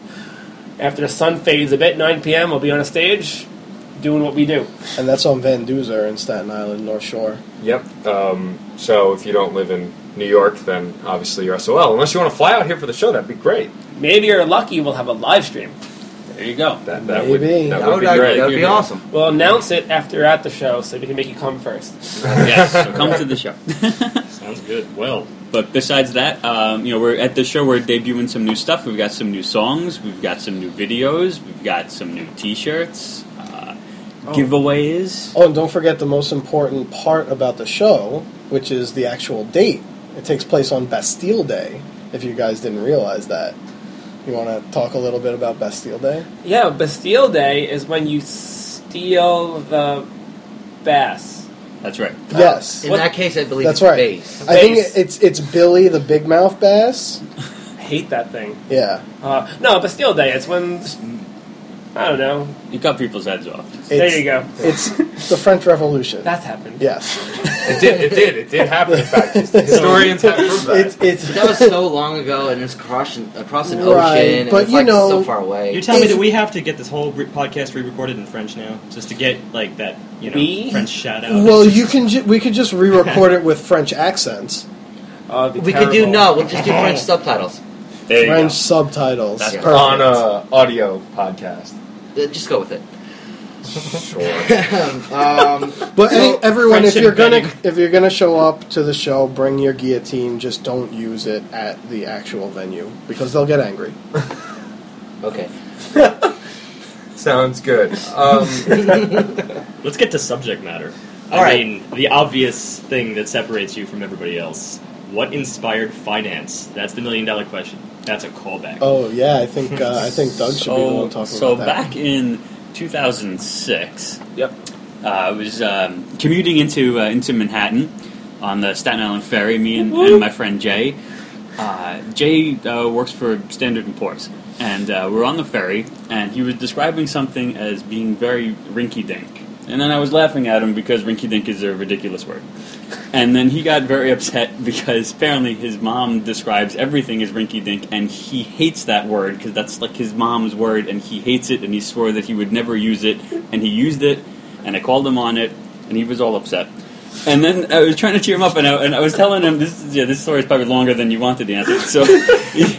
S5: after the sun fades a bit, nine p.m. we'll be on a stage doing what we do.
S3: And that's on Van Duzer in Staten Island, North Shore.
S1: Yep. Um, so if you don't live in New York, then obviously you're SOL. Unless you want to fly out here for the show, that'd be great.
S5: Maybe you're lucky. We'll have a live stream.
S6: There you go.
S1: That that
S3: Maybe.
S1: would that,
S8: That
S1: would
S8: would
S1: be
S8: that
S1: great.
S8: would be awesome.
S5: We'll announce it after at the show, so we can make you come first.
S6: yes. So come to the show.
S7: Sounds good. Well,
S6: But besides that, um, you know, we're at the show. We're debuting some new stuff. We've got some new songs. We've got some new videos. We've got some new T-shirts, uh, giveaways.
S3: Oh, and don't forget the most important part about the show, which is the actual date. It takes place on Bastille Day, if you guys didn't realize that. You want to talk a little bit about Bastille Day?
S5: Yeah, Bastille Day is when you steal the bass.
S6: That's right.
S3: yes.
S8: In
S5: What-
S8: that case, I believe
S3: That's
S8: it's
S3: right.
S8: bass.
S3: I think
S5: Bass.
S3: it's it's Billy the Big Mouth Bass.
S5: I hate that thing.
S3: Yeah.
S5: Uh, no, Bastille Day, it's when. I don't know.
S6: You cut people's heads off.
S3: It's,
S5: there you go.
S3: It's the French Revolution.
S5: That's happened.
S3: yes.
S1: It did. It did. It did happen. In fact, historians have proved that.
S3: It's it's
S8: That was so long ago, and it's across an, across an
S3: Right,
S8: ocean, and
S3: but
S8: it's
S3: you
S8: like
S3: know-
S8: so far away.
S9: You're telling me
S3: If-
S9: that we have to get this whole re- podcast re-recorded in French now, just to get like that, you know,
S5: We?
S9: French shout out.
S3: well, you can ju- we could just re-record it with French accents,
S5: Uh, it'd
S8: we
S5: be
S8: could do
S5: terrible.
S8: no. We'll just do French subtitles.
S6: There you
S3: French
S6: go.
S3: subtitles.
S8: That's
S3: Perfect.
S1: on a audio podcast.
S8: Uh, Just go with it.
S1: Sure.
S8: um,
S3: But
S8: So,
S3: any, everyone,
S9: French
S3: if you're gonna
S9: embedding.
S3: if you're gonna show up to the show, bring your guillotine. Just don't use it at the actual venue because they'll get angry.
S8: okay.
S1: Sounds good. Um,
S9: Let's get to subject matter. I
S8: All right.
S9: mean, the obvious thing that separates you from everybody else. What inspired finance? That's the million dollar question. That's a callback.
S3: Oh yeah, I think uh, I think Doug should be the one
S6: So,
S3: talking
S6: so
S3: about that.
S6: back in 2006,
S5: Yep.
S6: uh, I was um, commuting into uh, into Manhattan, on the Staten Island Ferry. Me and, and my friend Jay. Uh, Jay uh, works for Standard and Poor's, and uh, we're on the ferry, and he was describing something as being very rinky-dink, and then I was laughing at him because rinky-dink is a ridiculous word. And then he got very upset because apparently his mom describes everything as rinky dink and he hates that word because that's like his mom's word and he hates it and he swore that he would never use it and he used it and I called him on it and he was all upset. And then I was trying to cheer him up and I, and I was telling him this is- yeah this story is probably longer than you wanted to answer so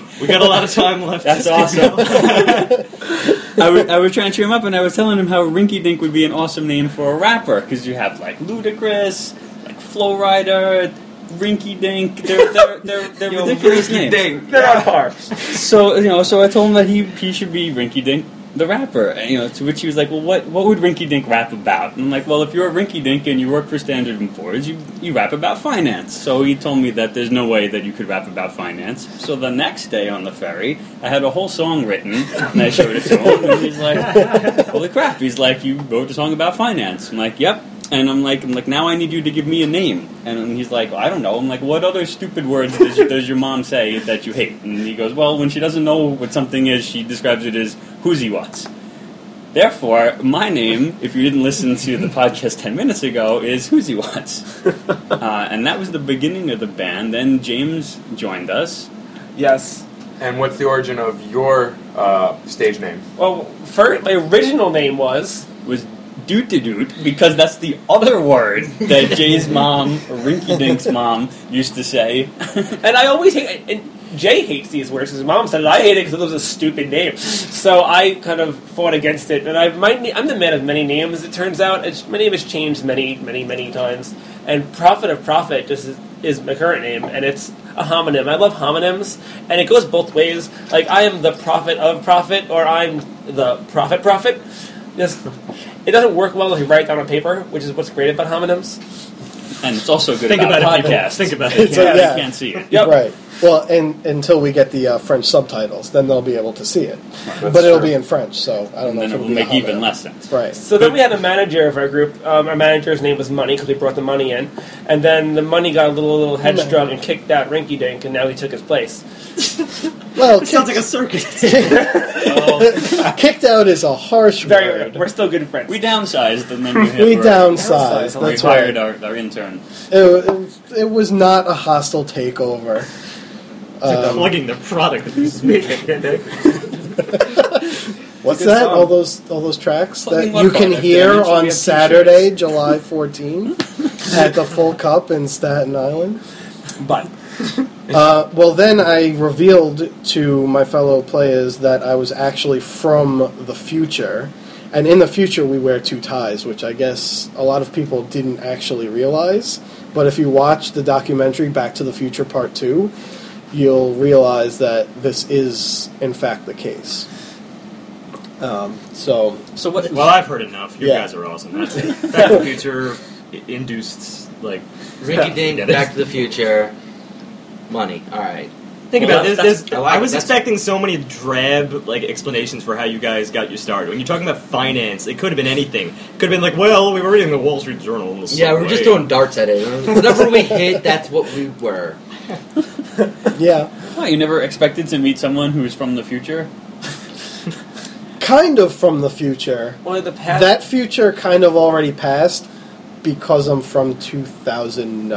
S9: We got a lot of time left.
S6: that's awesome. I was, I was trying to cheer him up, and I was telling him how Rinky Dink would be an awesome name for a rapper because you have like Ludacris, like Flow Rider, Rinky Dink. They're they're they're, they're ridiculous names.
S5: They're on par.
S6: So you know, so I told him that he he should be Rinky Dink the rapper. And, you know, to which he was like, "Well, what what would Rinky Dink rap about?" And I'm like, "Well, if you're a Rinky Dink and you work for Standard and Poor's, you you rap about finance." So he told me that there's no way that you could rap about finance. So the next day on the ferry, I had a whole song written and I showed it to him, and he's like, "Holy crap!" He's like, "You wrote a song about finance?" I'm like, "Yep." And I'm like, I'm like, now I need you to give me a name. And he's like, I don't know. I'm like, what other stupid words does, does your mom say that you hate? And he goes, well, when she doesn't know what something is, she describes it as who's he what's. Therefore, my name, if you didn't listen to the podcast 10 minutes ago, is who's he what's. Uh, and that was the beginning of the band. Then James joined us.
S5: Yes.
S1: And what's the origin of your uh, stage name?
S5: Well, first, my original name was
S6: was doot to doot because that's the other word that Jay's mom, or Rinky Dink's mom, used to say.
S5: And I always hate. And Jay hates these words. His mom said it. I hate it because it was a stupid name. So I kind of fought against it. And I, my, na- I'm the man of many names. It turns out it's, my name has changed many, many, many times. And Prophet of Prophet just is, is my current name, and it's a homonym. I love homonyms, and it goes both ways. Like I am the prophet of prophet, or I'm the prophet prophet. Just, it doesn't work well if you write it down on paper, which is what's great about homonyms.
S6: And it's also good
S9: Think
S6: about,
S9: about it,
S6: a
S9: people.
S6: podcast.
S9: Think about
S6: You
S9: it.
S6: can't,
S3: So, yeah.
S6: you can't see it.
S5: Yep.
S3: Right. Well, and until we get the uh, French subtitles, then they'll be able to see it. but
S1: That's
S3: it'll
S1: true.
S3: be in French, so I don't
S6: And
S3: know.
S6: then
S3: if
S6: it
S3: it'll
S6: will
S3: be
S6: make
S3: a
S6: even
S3: Hobbit.
S6: less sense.
S3: Right.
S5: So then we had a manager of our group. Um, our manager's name was Money because we brought the money in, and then the money got a little little headstrong and kicked out Rinky Dink, and now he took his place.
S3: Well,
S9: It sounds
S3: kicked,
S9: like a circus.
S6: Oh.
S3: kicked out is a harsh
S5: Very,
S3: word.
S5: we're still good friends.
S6: We downsized and then we, had-
S3: We
S6: we're-
S3: downsized.
S6: We
S3: That's right.
S6: hired our, our intern.
S3: It, it, it was not a hostile takeover. Um,
S9: plugging the product that he's making.
S3: What's
S5: It's a good
S3: that?
S5: song.
S3: All those all those tracks
S6: Fucking
S3: that you
S6: love
S3: can
S6: Bonnet.
S3: hear
S6: Damn it, should we
S3: on
S6: have
S3: Saturday, July 14th at the Full Cup in Staten Island.
S5: but
S3: Uh, well, then I revealed to my fellow players that I was actually from the future. And in the future, we wear two ties, which I guess a lot of people didn't actually realize. But if you watch the documentary Back to the Future Part 2, you'll realize that this is, in fact, the case. Um, so,
S6: So what?
S9: well, I've heard enough. You
S3: Yeah.
S9: guys are awesome. That's it. Back to the Future i- induced like.
S8: Rinky Dink,
S9: Yeah, that's-
S8: Back to the Future, money. All right.
S9: Think
S8: Well,
S9: about
S8: that's-
S9: it. There's,
S8: that's-
S9: there's, I,
S8: I like it.
S9: was
S8: That's-
S9: expecting so many drab like explanations for how you guys got your start. When you're talking about finance, it could have been anything. It could have been like, well, we were reading the Wall Street Journal. in the
S8: Yeah, we were just
S9: subway.
S8: throwing darts at it. Whatever we hit, that's what we were.
S3: yeah.
S6: Why, you never expected to meet someone who is from the future?
S3: Kind of from the future.
S5: only the past.
S3: That future kind of already passed because I'm from 2009.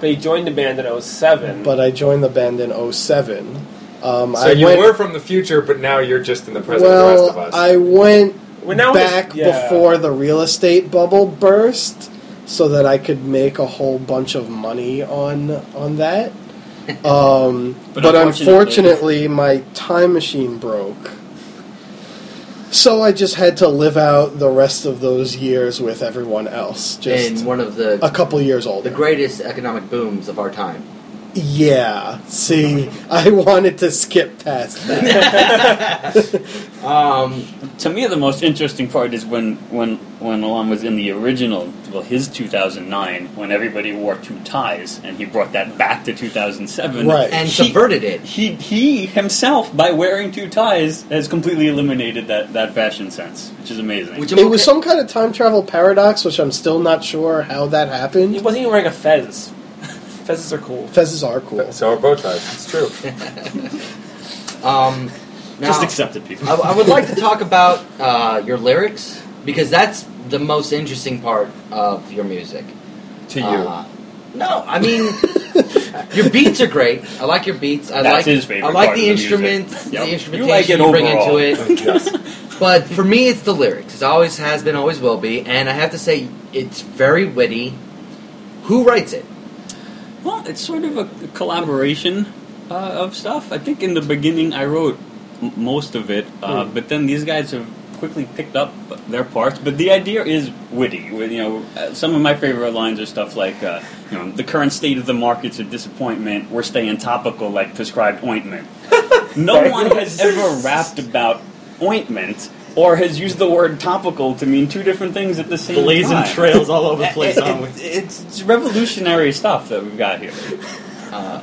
S5: but he joined the band in 07.
S3: But I joined the band in 07. Um,
S1: So
S3: I
S1: you
S3: went,
S1: were from the future, but now you're just in the present
S3: well,
S1: with the rest of us.
S3: I went
S5: We're now just-
S3: back
S5: yeah.
S3: before the real estate bubble burst so that I could make a whole bunch of money on on that. Um, but
S6: But
S3: unfortunately, my time machine broke. So I just had to live out the rest of those years with everyone else. Just
S8: in one of
S3: a
S8: the
S3: couple years older.
S8: the greatest economic booms of our time.
S3: Yeah. See, I wanted to skip past that.
S4: Um,
S6: To me, the most interesting part is when when when Alon was in the original, well, his 2009, when everybody wore two ties, and he brought that back to 2007.
S3: Right.
S4: and
S6: He-
S4: subverted it.
S6: He he himself, by wearing two ties, has completely eliminated that, that fashion sense, which is amazing.
S4: Which
S3: it was some kind of time travel paradox, which I'm still not sure how that
S5: He
S3: happened.
S5: wasn't even wearing a fez. Fezes are cool.
S3: Fezzes are cool.
S1: So are bow ties. It's true.
S4: Um, now,
S6: Just accept it, people.
S4: I, I would like to talk about uh, your lyrics because that's the most interesting part of your music.
S1: To you.
S3: Ah.
S4: Uh, no, I mean your beats are great. I like your beats. I
S6: That's
S4: like
S6: his favorite
S4: I like
S6: part
S4: the
S6: of the music.
S4: instruments,
S6: Yep.
S4: the
S6: You
S4: instrumentation
S6: like it
S4: you bring into
S6: overall.
S4: it.
S1: yes.
S4: But for me, it's the lyrics. It always has been, always will be. And I have to say, it's very witty. Who writes it?
S6: Well, it's sort of a collaboration uh, of stuff. I think in the beginning I wrote m- most of it, uh, but then these guys have quickly picked up their parts. But the idea is witty. With, you know, uh, some of my favorite lines are stuff like, uh, you know, the current state of the market's a disappointment. We're staying topical like prescribed ointment. no one has ever rapped about ointment. Or has used the word topical to mean two different things at the same
S10: Blazing
S6: time.
S10: trails all over the place.
S6: It- it-
S10: aren't we?
S6: it's, it's revolutionary stuff that we've got here.
S4: Uh,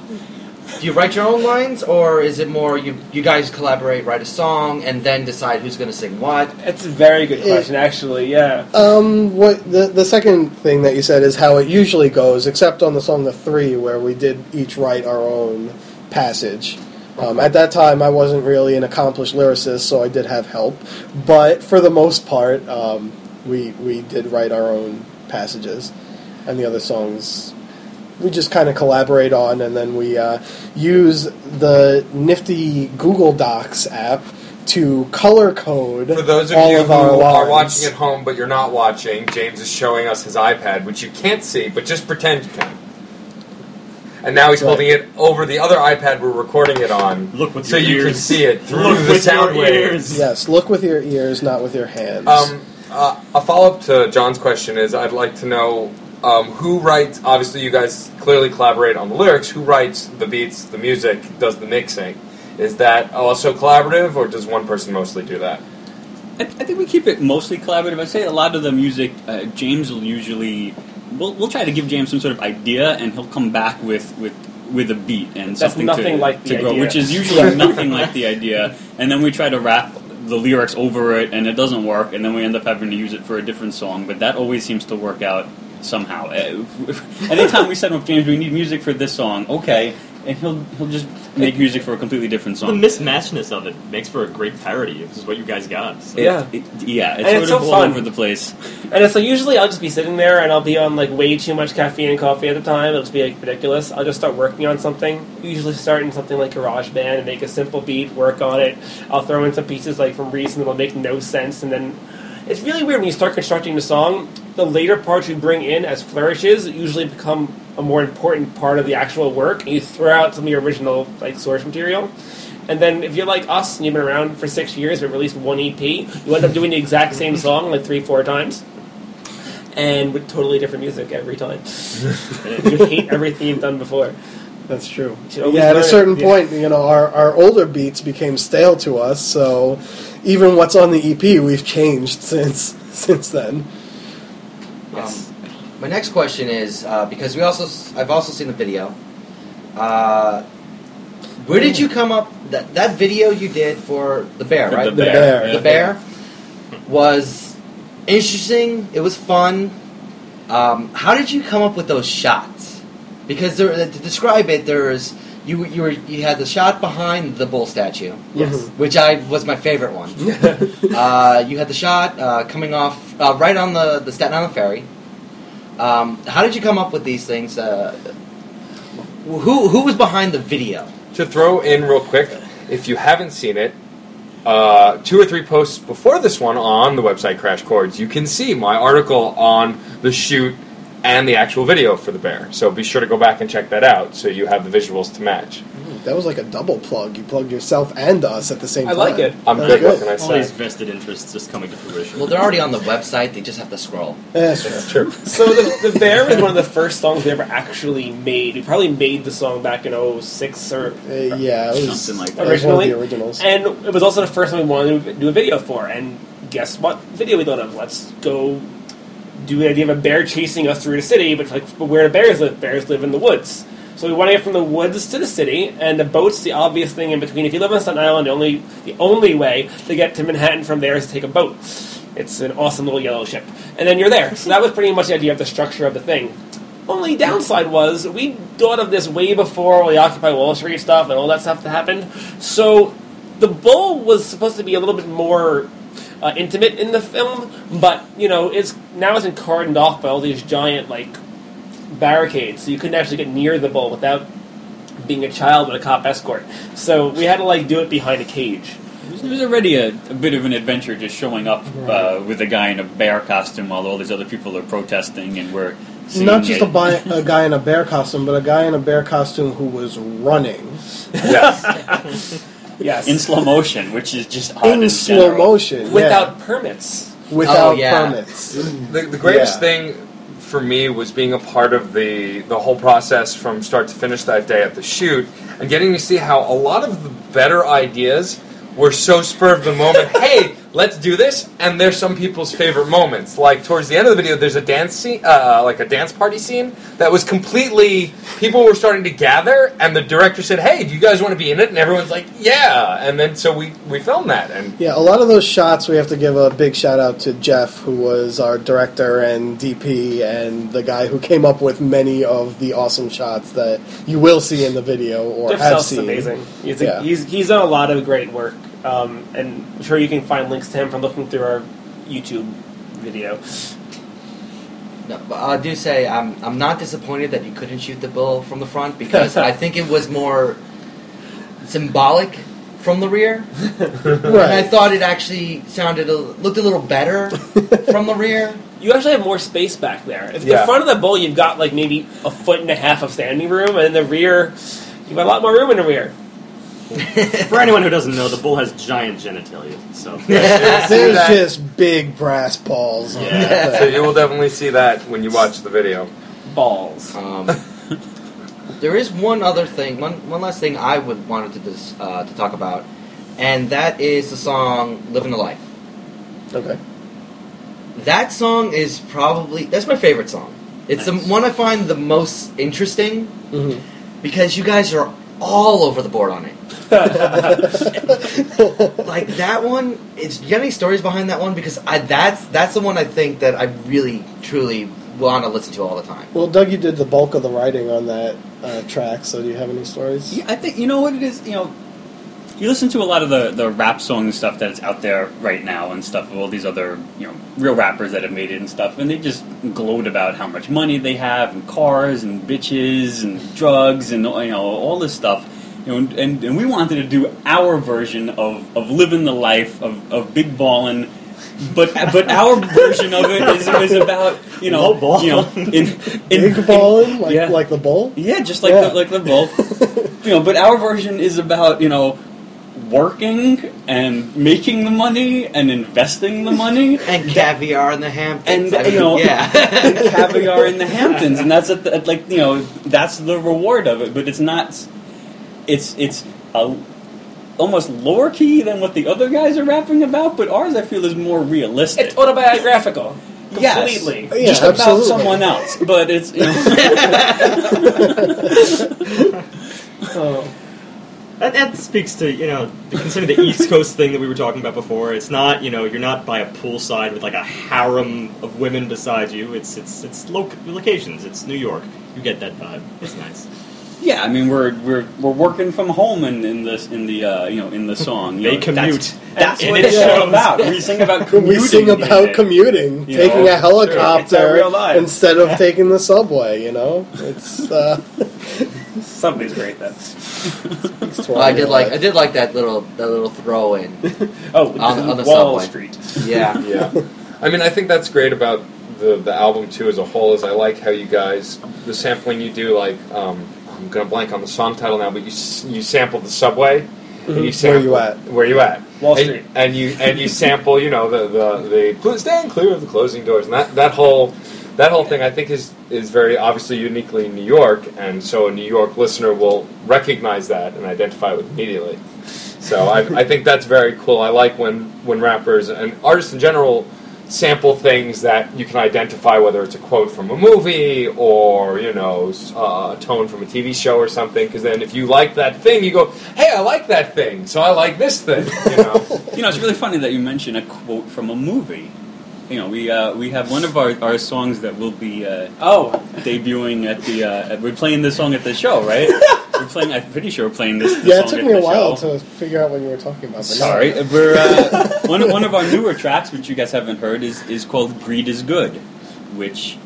S4: do you write your own lines, or is it more you, you guys collaborate, write a song, and then decide who's going to sing what?
S5: That's a very good
S3: Yeah.
S5: question, actually. Yeah.
S3: Um, what the the second thing that you said is how it usually goes, except on the song "The Three, where we did each write our own passage. Um, at that time, I wasn't really an accomplished lyricist, so I did have help. But for the most part, um, we we did write our own passages, and the other songs we just kind of collaborate on, and then we uh, use the nifty Google Docs app to color code
S1: For those of
S3: all
S1: you
S3: of
S1: who
S3: our
S1: are
S3: lines.
S1: watching at home but you're not watching, James is showing us his iPad, which you can't see, but just pretend you can. And now he's
S3: Right.
S1: holding it over the other iPad we're recording it on,
S10: Look with
S1: so
S10: your
S1: you
S10: ears.
S1: can see it through
S10: Look
S1: the
S10: with
S1: sound
S10: your
S1: waves.
S10: ears.
S3: Yes, look with your ears, not with your hands.
S1: Um, uh, a follow up to John's question is I'd like to know um, who writes, obviously, you guys clearly collaborate on the lyrics. Who writes the beats, the music, does the mixing? Is that also collaborative, or does one person mostly do that?
S6: I, I think we keep it mostly collaborative. I say a lot of the music, uh, James will usually we'll, we'll try to give James some sort of idea, and he'll come back with with with a beat and
S5: That's
S6: something
S5: nothing
S6: to,
S5: like
S6: to
S5: the
S6: grow,
S5: idea.
S6: which is usually nothing like the idea. And then we try to rap the lyrics over it, and it doesn't work, and then we end up having to use it for a different song. But that always seems to work out somehow. Uh, if- if- Anytime we set him up, James, we need music for this song. Okay, and he'll he'll just make music for a completely different
S10: The
S6: song.
S10: mismatchedness of it makes for a great parody. This is what you guys got. So.
S5: Yeah.
S6: It- yeah, it's
S5: And
S6: sort
S5: it's
S6: of
S5: so
S6: all
S5: fun.
S6: over the place.
S5: And it's like usually I'll just be sitting there and I'll be on like way too much caffeine and coffee at the time. It'll just be like ridiculous. I'll just start working on something. Usually start in something like GarageBand and make a simple beat, work on it. I'll throw in some pieces like from Reason that'll make no sense, and then it's really weird when you start constructing the song. The later parts you bring in as flourishes usually become a more important part of the actual work, and you throw out some of your original like source material. And then if you're like us and you've been around for six years but released one EP, you end up doing the exact same song like three, four times. And with totally different music every time. you hate everything you've done before.
S3: That's true.
S5: You should always
S3: Yeah, at a
S5: learn
S3: certain
S5: it.
S3: point, you know, our, our older beats became stale to us, so even what's on the EP, we've changed since since then.
S5: Yes.
S4: Um, my next question is uh, because we also s- I've also seen the video. Uh, where did you come up that that video you did for the bear?
S6: For
S4: right,
S6: the
S3: The bear.
S6: yeah.
S4: the bear was interesting. It was fun. Um, how did you come up with those shots? Because there, to describe it, there's you you were you had the shot behind the bull statue,
S3: Yes.
S4: Mm-hmm. which I was my favorite one. uh, you had the shot uh, coming off uh, right on the the Staten Island ferry. Um, how did you come up with these things? Uh, who who was behind the video?
S1: To throw in real quick, if you haven't seen it, uh, two or three posts before this one on the website Crash Chords, you can see my article on the shoot and the actual video for the bear. So be sure to go back and check that out so you have the visuals to match.
S3: That was like a double plug. You plugged yourself and us at the same
S5: I
S3: time.
S5: like it.
S1: I'm
S3: That's
S1: good. What can I
S2: All these
S1: say?
S2: vested interests just coming to fruition.
S4: Well, they're already on the website. They just have to scroll.
S3: That's true.
S1: True.
S5: So the, the Bear was one of the first songs we ever actually made. We probably made the song back in 06 or
S3: Uh, yeah, it was
S6: Something like
S3: that was one of
S5: Originally?
S3: the originals.
S5: and it was also the first one we wanted to do a video for. And guess what video we thought of? Let's go do the idea of a bear chasing us through the city, but like but where do bears live? Bears live in the woods. So we want to get from the woods to the city, and the boat's the obvious thing in between. If you live on Staten Island, the only the only way to get to Manhattan from there is to take a boat. It's an awesome little yellow ship, and then you're there. So that was pretty much the idea of the structure of the thing. Only downside was we thought of this way before all the Occupy Wall Street stuff and all that stuff that happened. So the bull was supposed to be a little bit more uh, intimate in the film, but you know, it's now it's been cordoned off by all these giant like barricades, so you couldn't actually get near the bull without being a child with a cop escort. So we had to like do it behind a cage.
S6: It was, it was already a, a bit of an adventure just showing up uh, with a guy in a bear costume while all these other people are protesting and we're seeing
S3: Not just a,
S6: it.
S3: bi- a guy in a bear costume, but a guy in a bear costume who was running
S1: Yes.
S5: Yes,
S6: in slow motion, which is just odd
S3: in slow
S6: general.
S3: motion yeah,
S5: without permits.
S3: without
S4: Oh, yeah.
S3: permits.
S1: the, the greatest
S3: Yeah.
S1: thing for me was being a part of the the whole process from start to finish that day at the shoot and getting to see how a lot of the better ideas were so spur of the moment hey let's do this and there's some people's favorite moments like towards the end of the video there's a dance scene uh, like a dance party scene that was completely people were starting to gather and the director said hey do you guys want to be in it and everyone's like yeah and then so we we filmed that and
S3: Yeah, a lot of those shots we have to give a big shout out to Jeff, who was our director and DP and the guy who came up with many of the awesome shots that you will see in the video or
S5: Jeff
S3: have
S5: Self's
S3: seen.
S5: amazing. He's,
S3: Yeah.
S5: he's he's done a lot of great work, um, and I'm sure you can find links to him from looking through our YouTube video.
S4: No, but I do say I'm I'm not disappointed that you couldn't shoot the bull from the front because I think it was more symbolic from the rear. And I
S3: Right.
S4: thought it actually sounded a, looked a little better from the rear.
S5: You actually have more space back there. If
S1: Yeah.
S5: the front of the bowl, you've got like maybe a foot and a half of standing room, and in the rear, you've got a lot more room in the rear.
S2: For anyone who doesn't know, the bull has giant genitalia. So
S3: There's
S1: that-
S3: just big brass balls on
S2: Yeah.
S3: that
S1: so
S3: thing.
S1: you will definitely see that when you watch the video.
S5: Balls.
S4: Um, there is one other thing, one one last thing I would wanted to dis, uh, to talk about, and that is the song "Living the Life."
S3: Okay.
S4: That song is probably that's my favorite song. It's
S6: Nice.
S4: the one I find the most interesting
S3: Mhm.
S4: because you guys are all over the board on it. like that one it's you got any stories behind that one because i that's that's the one i think that i really truly want to listen to all the time
S3: Well, Doug, you did the bulk of the writing on that uh, track, so do you have any stories?
S6: Yeah, I think you know what it is. You know, you listen to a lot of the the rap song and stuff that's out there right now and stuff of all these other you know real rappers that have made it and stuff, and they just gloat about how much money they have and cars and bitches and drugs and you know all this stuff. You know, and, and, and we wanted to do our version of, of living the life of, of big ballin', but but our version of it is, is about you know
S2: Low ball.
S6: you know in, in,
S3: Big ballin', like,
S6: yeah.
S3: like the bull?
S6: yeah, just like
S3: Yeah.
S6: the, like the bull. you know, but our version is about you know working and making the money and investing the money
S4: and caviar in the hamptons
S6: And,
S4: I mean,
S6: you know-
S4: yeah
S6: and caviar in the Hamptons, and that's at the, at like you know that's the reward of it. But it's not. It's it's a, almost lower key than what the other guys are rapping about, but ours I feel is more realistic.
S5: It's autobiographical.
S6: Yes.
S5: Completely.
S3: Yeah,
S6: just about
S3: absolutely.
S6: someone else, but it's you know,
S8: Oh.
S2: that, that speaks to you know considering the East Coast thing that we were talking about before. It's not you know you're not by a poolside with like a harem of women beside you. It's it's it's lo- locations. It's New York. You get that vibe. It's nice.
S6: Yeah, I mean we're we're we're working from home in, in this in the uh, you know in the song. You
S2: They
S6: know,
S2: commute.
S6: That's, that's
S2: And
S6: what
S2: it
S6: it's all
S2: shows.
S6: about. We sing about commuting.
S3: We sing
S6: in
S3: about
S6: it.
S3: commuting,
S6: You
S3: taking
S6: know,
S3: a
S5: It's our
S3: helicopter
S5: real life.
S3: instead of taking the subway. You know, it's. Uh,
S5: Somebody's great then.
S3: it's
S4: Well, i did like i did like that little that little throw in
S5: Oh, this
S4: On-
S5: is
S4: on the
S5: Wall
S4: subway.
S5: Street.
S4: yeah
S1: yeah. I mean, I think that's great about the the album too as a whole. Is I like how you guys the sampling you do, like um, I'm gonna blank on the song title now, but you s- you sampled the subway. And you sample,
S3: you at?
S1: Where you at?
S5: Wall
S1: And-
S5: Street.
S1: And, you and you sample, you know, the the, the cl- stand clear of the closing doors, and that, that whole that whole thing I think is is very obviously uniquely New York, and so a New York listener will recognize that and identify with immediately. So I, I think that's very cool. I like when when rappers and artists in general sample things that you can identify, whether it's a quote from a movie or you know s- uh, a tone from a TV show or something. Because then if you like that thing, you go, "Hey, I like that thing, so I like this thing." You know,
S6: You know, it's really funny that you mention a quote from a movie. You know, we uh, we have one of our, our songs that will be uh,
S5: Oh,
S6: debuting at the. Uh, we're playing this song at the show, right? we're playing. I'm pretty sure we're playing this. this
S3: Yeah, it
S6: song
S3: took
S6: at
S3: me a
S6: the
S3: while to
S6: show.
S3: figure out what you were talking about. But
S6: Sorry,
S3: now-
S6: we're uh, one one of our newer tracks, which you guys haven't heard, is is called "Greed Is Good," which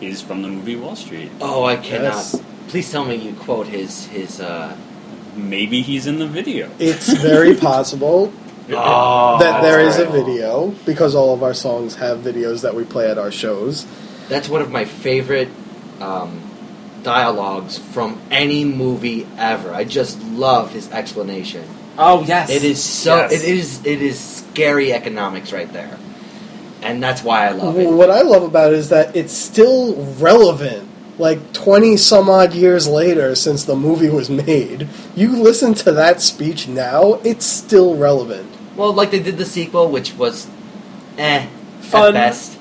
S6: is from the movie Wall Street.
S8: Oh, I cannot.
S3: Yes.
S8: Please tell me you quote his his. Uh,
S6: Maybe he's in the video.
S3: It's very possible
S8: oh,
S3: that there is a video because all of our songs have videos that we play at our shows.
S8: That's one of my favorite um, dialogues from any movie ever. I just love his explanation.
S5: oh yes.
S8: It is so.
S5: Yes.
S8: It is. It is scary economics right there, and that's why I love it.
S3: What I love about it is that it's still relevant. Like 20 some odd years later since the movie was made, you listen to that speech now, it's still relevant.
S8: Well, like they did the sequel, which was, eh,
S5: Fun.
S8: at best.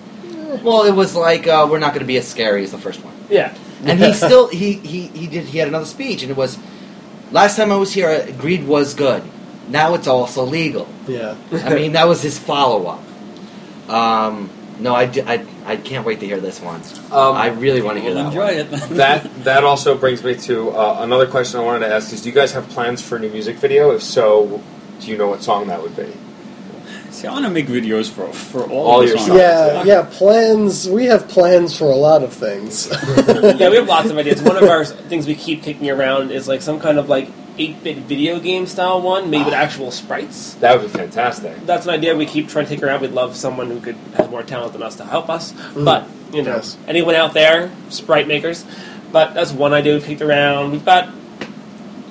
S8: Well, it was like uh, we're not going to be as scary as the first one.
S5: Yeah.
S8: And he still he, he he did he had another speech and it was last time I was here uh, greed was good. Now it's also legal.
S3: Yeah.
S8: I mean that was his follow up. Um, no, I, di- I I can't wait to hear this one.
S1: um,
S8: I really want to hear
S6: We'll
S8: that
S6: enjoy
S8: one.
S6: it. then.
S1: that that also brings me to uh, another question I wanted to ask: Is do you guys have plans for a new music video? If so, do you know what song that would be?
S6: See, I want to make videos for for all,
S1: All
S6: the
S1: your
S6: songs.
S1: songs.
S3: Yeah, yeah, plans. We have plans for a lot of things.
S5: yeah, we have lots of ideas. One of our things we keep kicking around is like some kind of like 8-bit video game style one, made with actual sprites.
S1: That would be fantastic.
S5: That's an idea we keep trying to kick around. We'd love someone who could has more talent than us to help us. But you know,
S3: yes.
S5: anyone out there, sprite makers. But that's one idea we've kicked around. We've got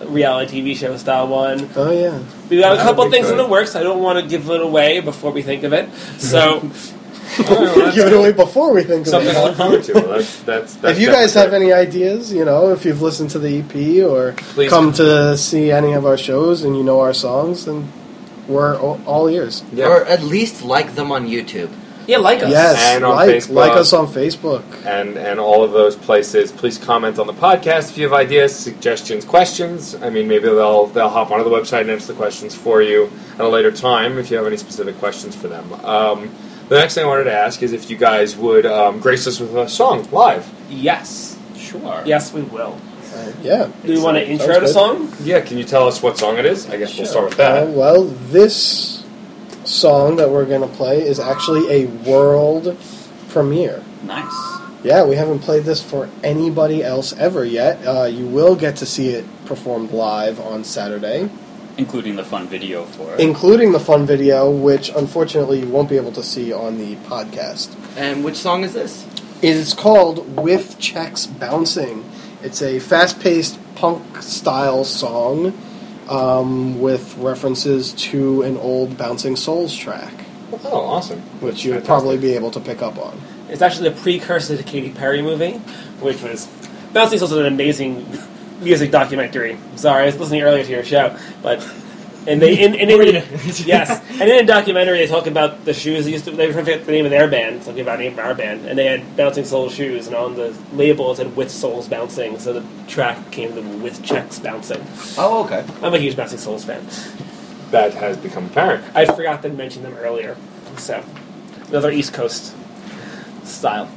S5: a reality TV show style one.
S3: Oh, yeah.
S5: We've got a
S1: That
S5: couple
S1: would be
S5: things in
S1: good.
S5: the works. I don't want to give it away before we think of it. So
S3: Give it away before we think of
S1: Something
S3: it.
S1: to look forward to. Well, that's, that's, that's
S3: if you guys have
S1: definitely-
S3: any ideas, you know, if you've listened to the EP or
S1: Please.
S3: come to see any of our shows and you know our songs, then we're all, all ears.
S1: Yeah.
S8: Or at least like them on YouTube.
S5: yeah, like us.
S3: Yes,
S1: And on
S3: like
S1: Facebook.
S3: like us on Facebook.
S1: and and all of those places. Please comment on the podcast if you have ideas, suggestions, questions. I mean, maybe they'll they'll hop onto the website and answer the questions for you at a later time if you have any specific questions for them. Um, the next thing I wanted to ask is if you guys would um, grace us with a song live.
S5: Yes.
S6: Sure.
S5: Yes, we will.
S3: Uh, yeah.
S5: Do we want to
S3: Sounds
S5: intro the
S3: good.
S5: song?
S1: Yeah, can you tell us what song it is? I guess we'll start with
S3: Uh,
S1: that.
S3: well, this song that we're going to play is actually a world premiere.
S6: Nice.
S3: Yeah, we haven't played this for anybody else ever yet. Uh, you will get to see it performed live on Saturday,
S6: Including the fun video for it.
S3: including the fun video, which unfortunately you won't be able to see on the podcast.
S8: And which song is this?
S3: It is called With Checks Bouncing. It's a fast paced punk style song um, with references to an old Bouncing Souls track,
S1: Oh, awesome!
S3: which you'll
S1: Fantastic.
S3: probably be able to pick up on.
S5: It's actually a precursor to Katy Perry movie, which was Bouncing Souls is an amazing music documentary. Sorry, I was listening earlier to your show, but and they in, and in, yes, and in a documentary they talk about the shoes they used to. They forget the name of their band, talking about the name of our band, and they had Bouncing Souls shoes, and on the label it said "With Souls Bouncing," so the track came to "With Checks Bouncing."
S8: Oh, okay.
S5: I'm a huge Bouncing Souls fan.
S1: That has become apparent.
S5: I forgot to mention them earlier, so another East Coast style.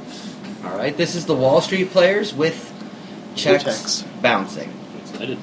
S8: All right. This is the Wall Street Players with checks,
S3: Checks.
S8: bouncing.
S6: Excited.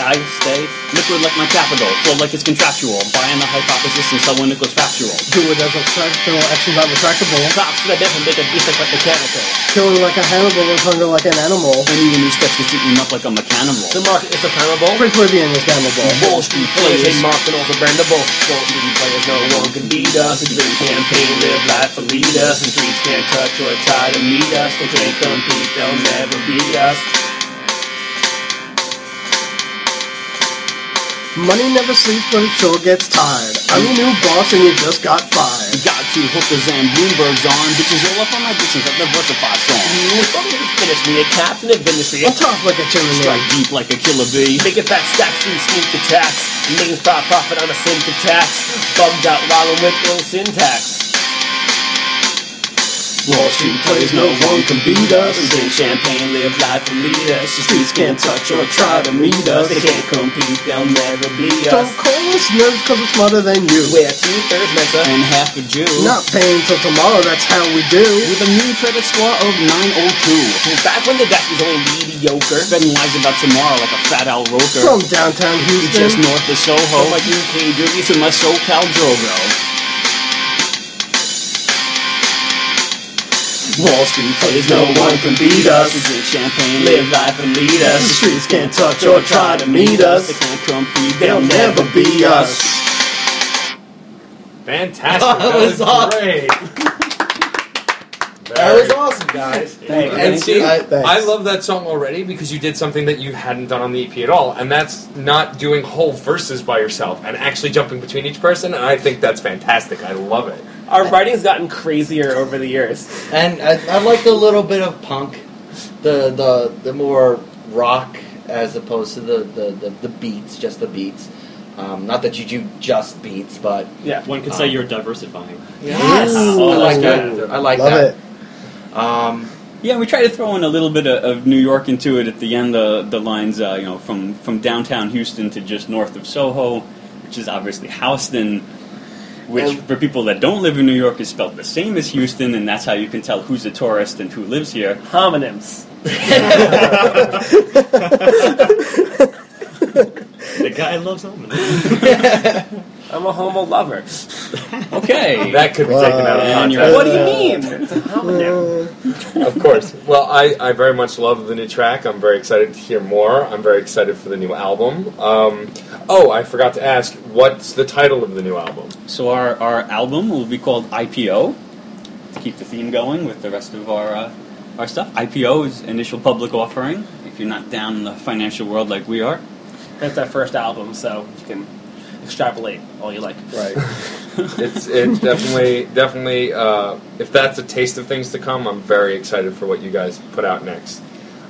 S5: I stay
S6: liquid like my capital, flow like it's contractual, buying the hypothesis and selling Nicholas factual.
S3: Do it as a practical action not retractable.
S5: Cops that doesn't make a beast like what the mechanical.
S3: Killing like a Hannibal with hunger like an animal.
S6: And even these steps get eaten up like a mechanimal.
S5: The market is definable.
S3: Prince Libyan was damnable.
S6: Wall Street
S5: Players
S6: plays
S5: in market also brandable. Wall Street players, no one can beat us. It's been campaign, live life for lead us. The streets can't cut or try to meet us. They can't compete, they'll never beat us.
S3: Money never sleeps but it sure gets tired. I'm your new boss and you just got
S6: You
S3: fired.
S6: got two hookers and Bloomberg's on. Bitches all up on my bitches like the Versify song.
S5: You don't even finish me, a captain of industry.
S3: On top like a chimney.
S6: Strike deep like a killer bee.
S5: Making fat stacks through sneak attacks. Niggas pop profit on a synth tax. Bummed out while I'm with ill syntax.
S6: Wall Street plays, no one can beat us. And drink champagne, live life and lead us. The streets can't touch or try to meet us. They can't compete, they'll never beat
S3: Don't
S6: us.
S3: call us nerds cause we're smarter than you.
S5: We're two thirds Mensa.
S6: And half a Jew.
S3: Not paying till tomorrow, that's how we do.
S6: With a mean credit score of 902.
S5: Back when the death was only mediocre.
S6: Spending lies about tomorrow like a fat Al Roker.
S3: From downtown
S6: just
S3: Houston.
S6: north of Soho. Like UK Derby to my SoCal Drogo. Wall Street plays, no one can beat us. We drink champagne, live life and lead us. The streets can't touch or try to meet us. They can't compete, they'll never be us.
S11: Fantastic.
S4: That was awesome.
S11: great.
S4: That was awesome, guys.
S3: Thank
S1: And see,
S4: I-
S3: thanks.
S1: I love that song already because you did something that you hadn't done on the EP at all, and that's not doing whole verses by yourself and actually jumping between each person. And I think that's fantastic. I love it.
S5: Our writing's gotten crazier over the years.
S4: And I, I like the little bit of punk, the the the more rock as opposed to the the, the, the beats, just the beats. Um, not that you do just beats, but
S5: Yeah.
S2: One could say you're diversifying.
S4: yes, I like that. I like
S3: Love
S4: that.
S3: it.
S4: It. Um,
S6: Yeah, we try to throw in a little bit of, of New York into it at the end. The the lines, uh, you know, from from downtown Houston to just north of Soho, which is obviously Houston, which
S4: Well-
S6: for people that don't live in New York is spelled the same as Houston, and that's how you can tell who's a tourist and who lives here.
S5: Homonyms.
S2: The guy loves almonds.
S5: I'm a homo lover.
S6: Okay,
S1: That could be taken out of
S6: And you're-
S1: context,
S5: What do you mean? It's a homonym.
S1: of course. Well, I, I very much love the new track. I'm very excited to hear more. I'm very excited for the new album. Um, oh, I forgot to ask, what's the title of the new album?
S6: so our our album will be called IPO to keep the theme going with the rest of our uh, our stuff. IPO is initial public offering. If you're not down in the financial world like we are.
S5: That's our first album, so you can extrapolate all you like.
S3: Right.
S1: It's it definitely definitely uh, if that's a taste of things to come, I'm very excited for what you guys put out next.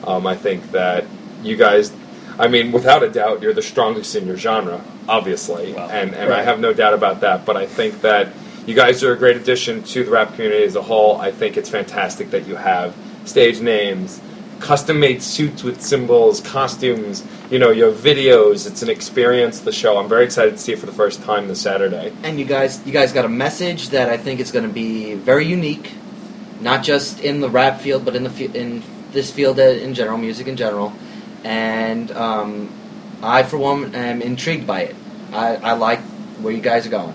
S1: Um, I think that you guys, I mean, without a doubt, you're the strongest in your genre, obviously,
S6: Wow.
S1: and and I
S3: Right.
S1: have no doubt about that. But I think that you guys are a great addition to the rap community as a whole. I think it's fantastic that you have stage names. Custom made suits with symbols, costumes, you know, your videos. It's an experience, the show. I'm very excited to see it for the first time this Saturday.
S4: and you guys, you guys got a message that I think is going to be very unique, not just in the rap field, but in the fe- in this field uh, in general, music in general. And um, I, for one, am intrigued by it. I, I like where you guys are going.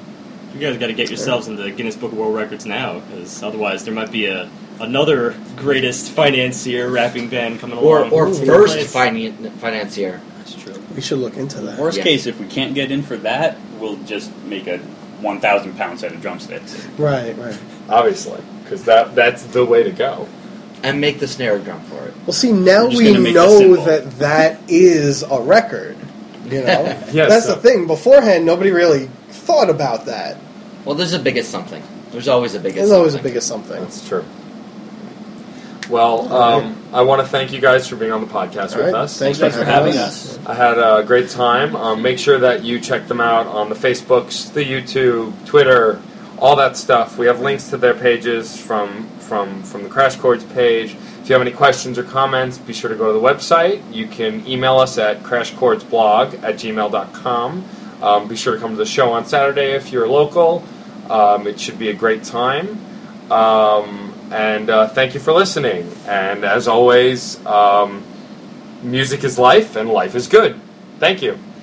S2: You guys got to get yourselves in the Guinness Book of World Records now, because otherwise there might be a another greatest financier rapping band coming
S4: Or,
S2: along.
S4: or
S2: Ooh,
S4: first
S2: place.
S4: finan- financier.
S6: That's true.
S3: We should look into that.
S6: Worst
S4: Yeah.
S6: case, if we can't get in for that, we'll just make a 1,000 pound set of drumsticks.
S3: Right, right.
S1: obviously, because that that's the way to go.
S4: And make the snare drum for it.
S3: Well, see, now
S6: I'm just
S3: we
S6: gonna make the
S3: know
S6: symbol.
S3: that that is a record. You know,
S1: Yes.
S3: that's the thing. Beforehand, nobody really thought about that.
S4: Well, there's a biggest something. There's always a biggest
S3: There's always a
S4: something.
S3: biggest something.
S1: That's true. Well, um, I want to thank you guys for being on the podcast
S3: All
S1: with
S3: right,
S1: us.
S3: Thanks,
S5: Thanks for having us.
S1: I had a great time. Um, make sure that you check them out on the Facebooks, the YouTube, Twitter, all that stuff. We have links to their pages from from from the Crash Chords page. If you have any questions or comments, be sure to go to the website. You can email us at crashchordsblog at gmail.com. Um, be sure to come to the show on Saturday if you're local. Um, it should be a great time. Um, and uh, thank you for listening. And as always, um, music is life and life is good. Thank you.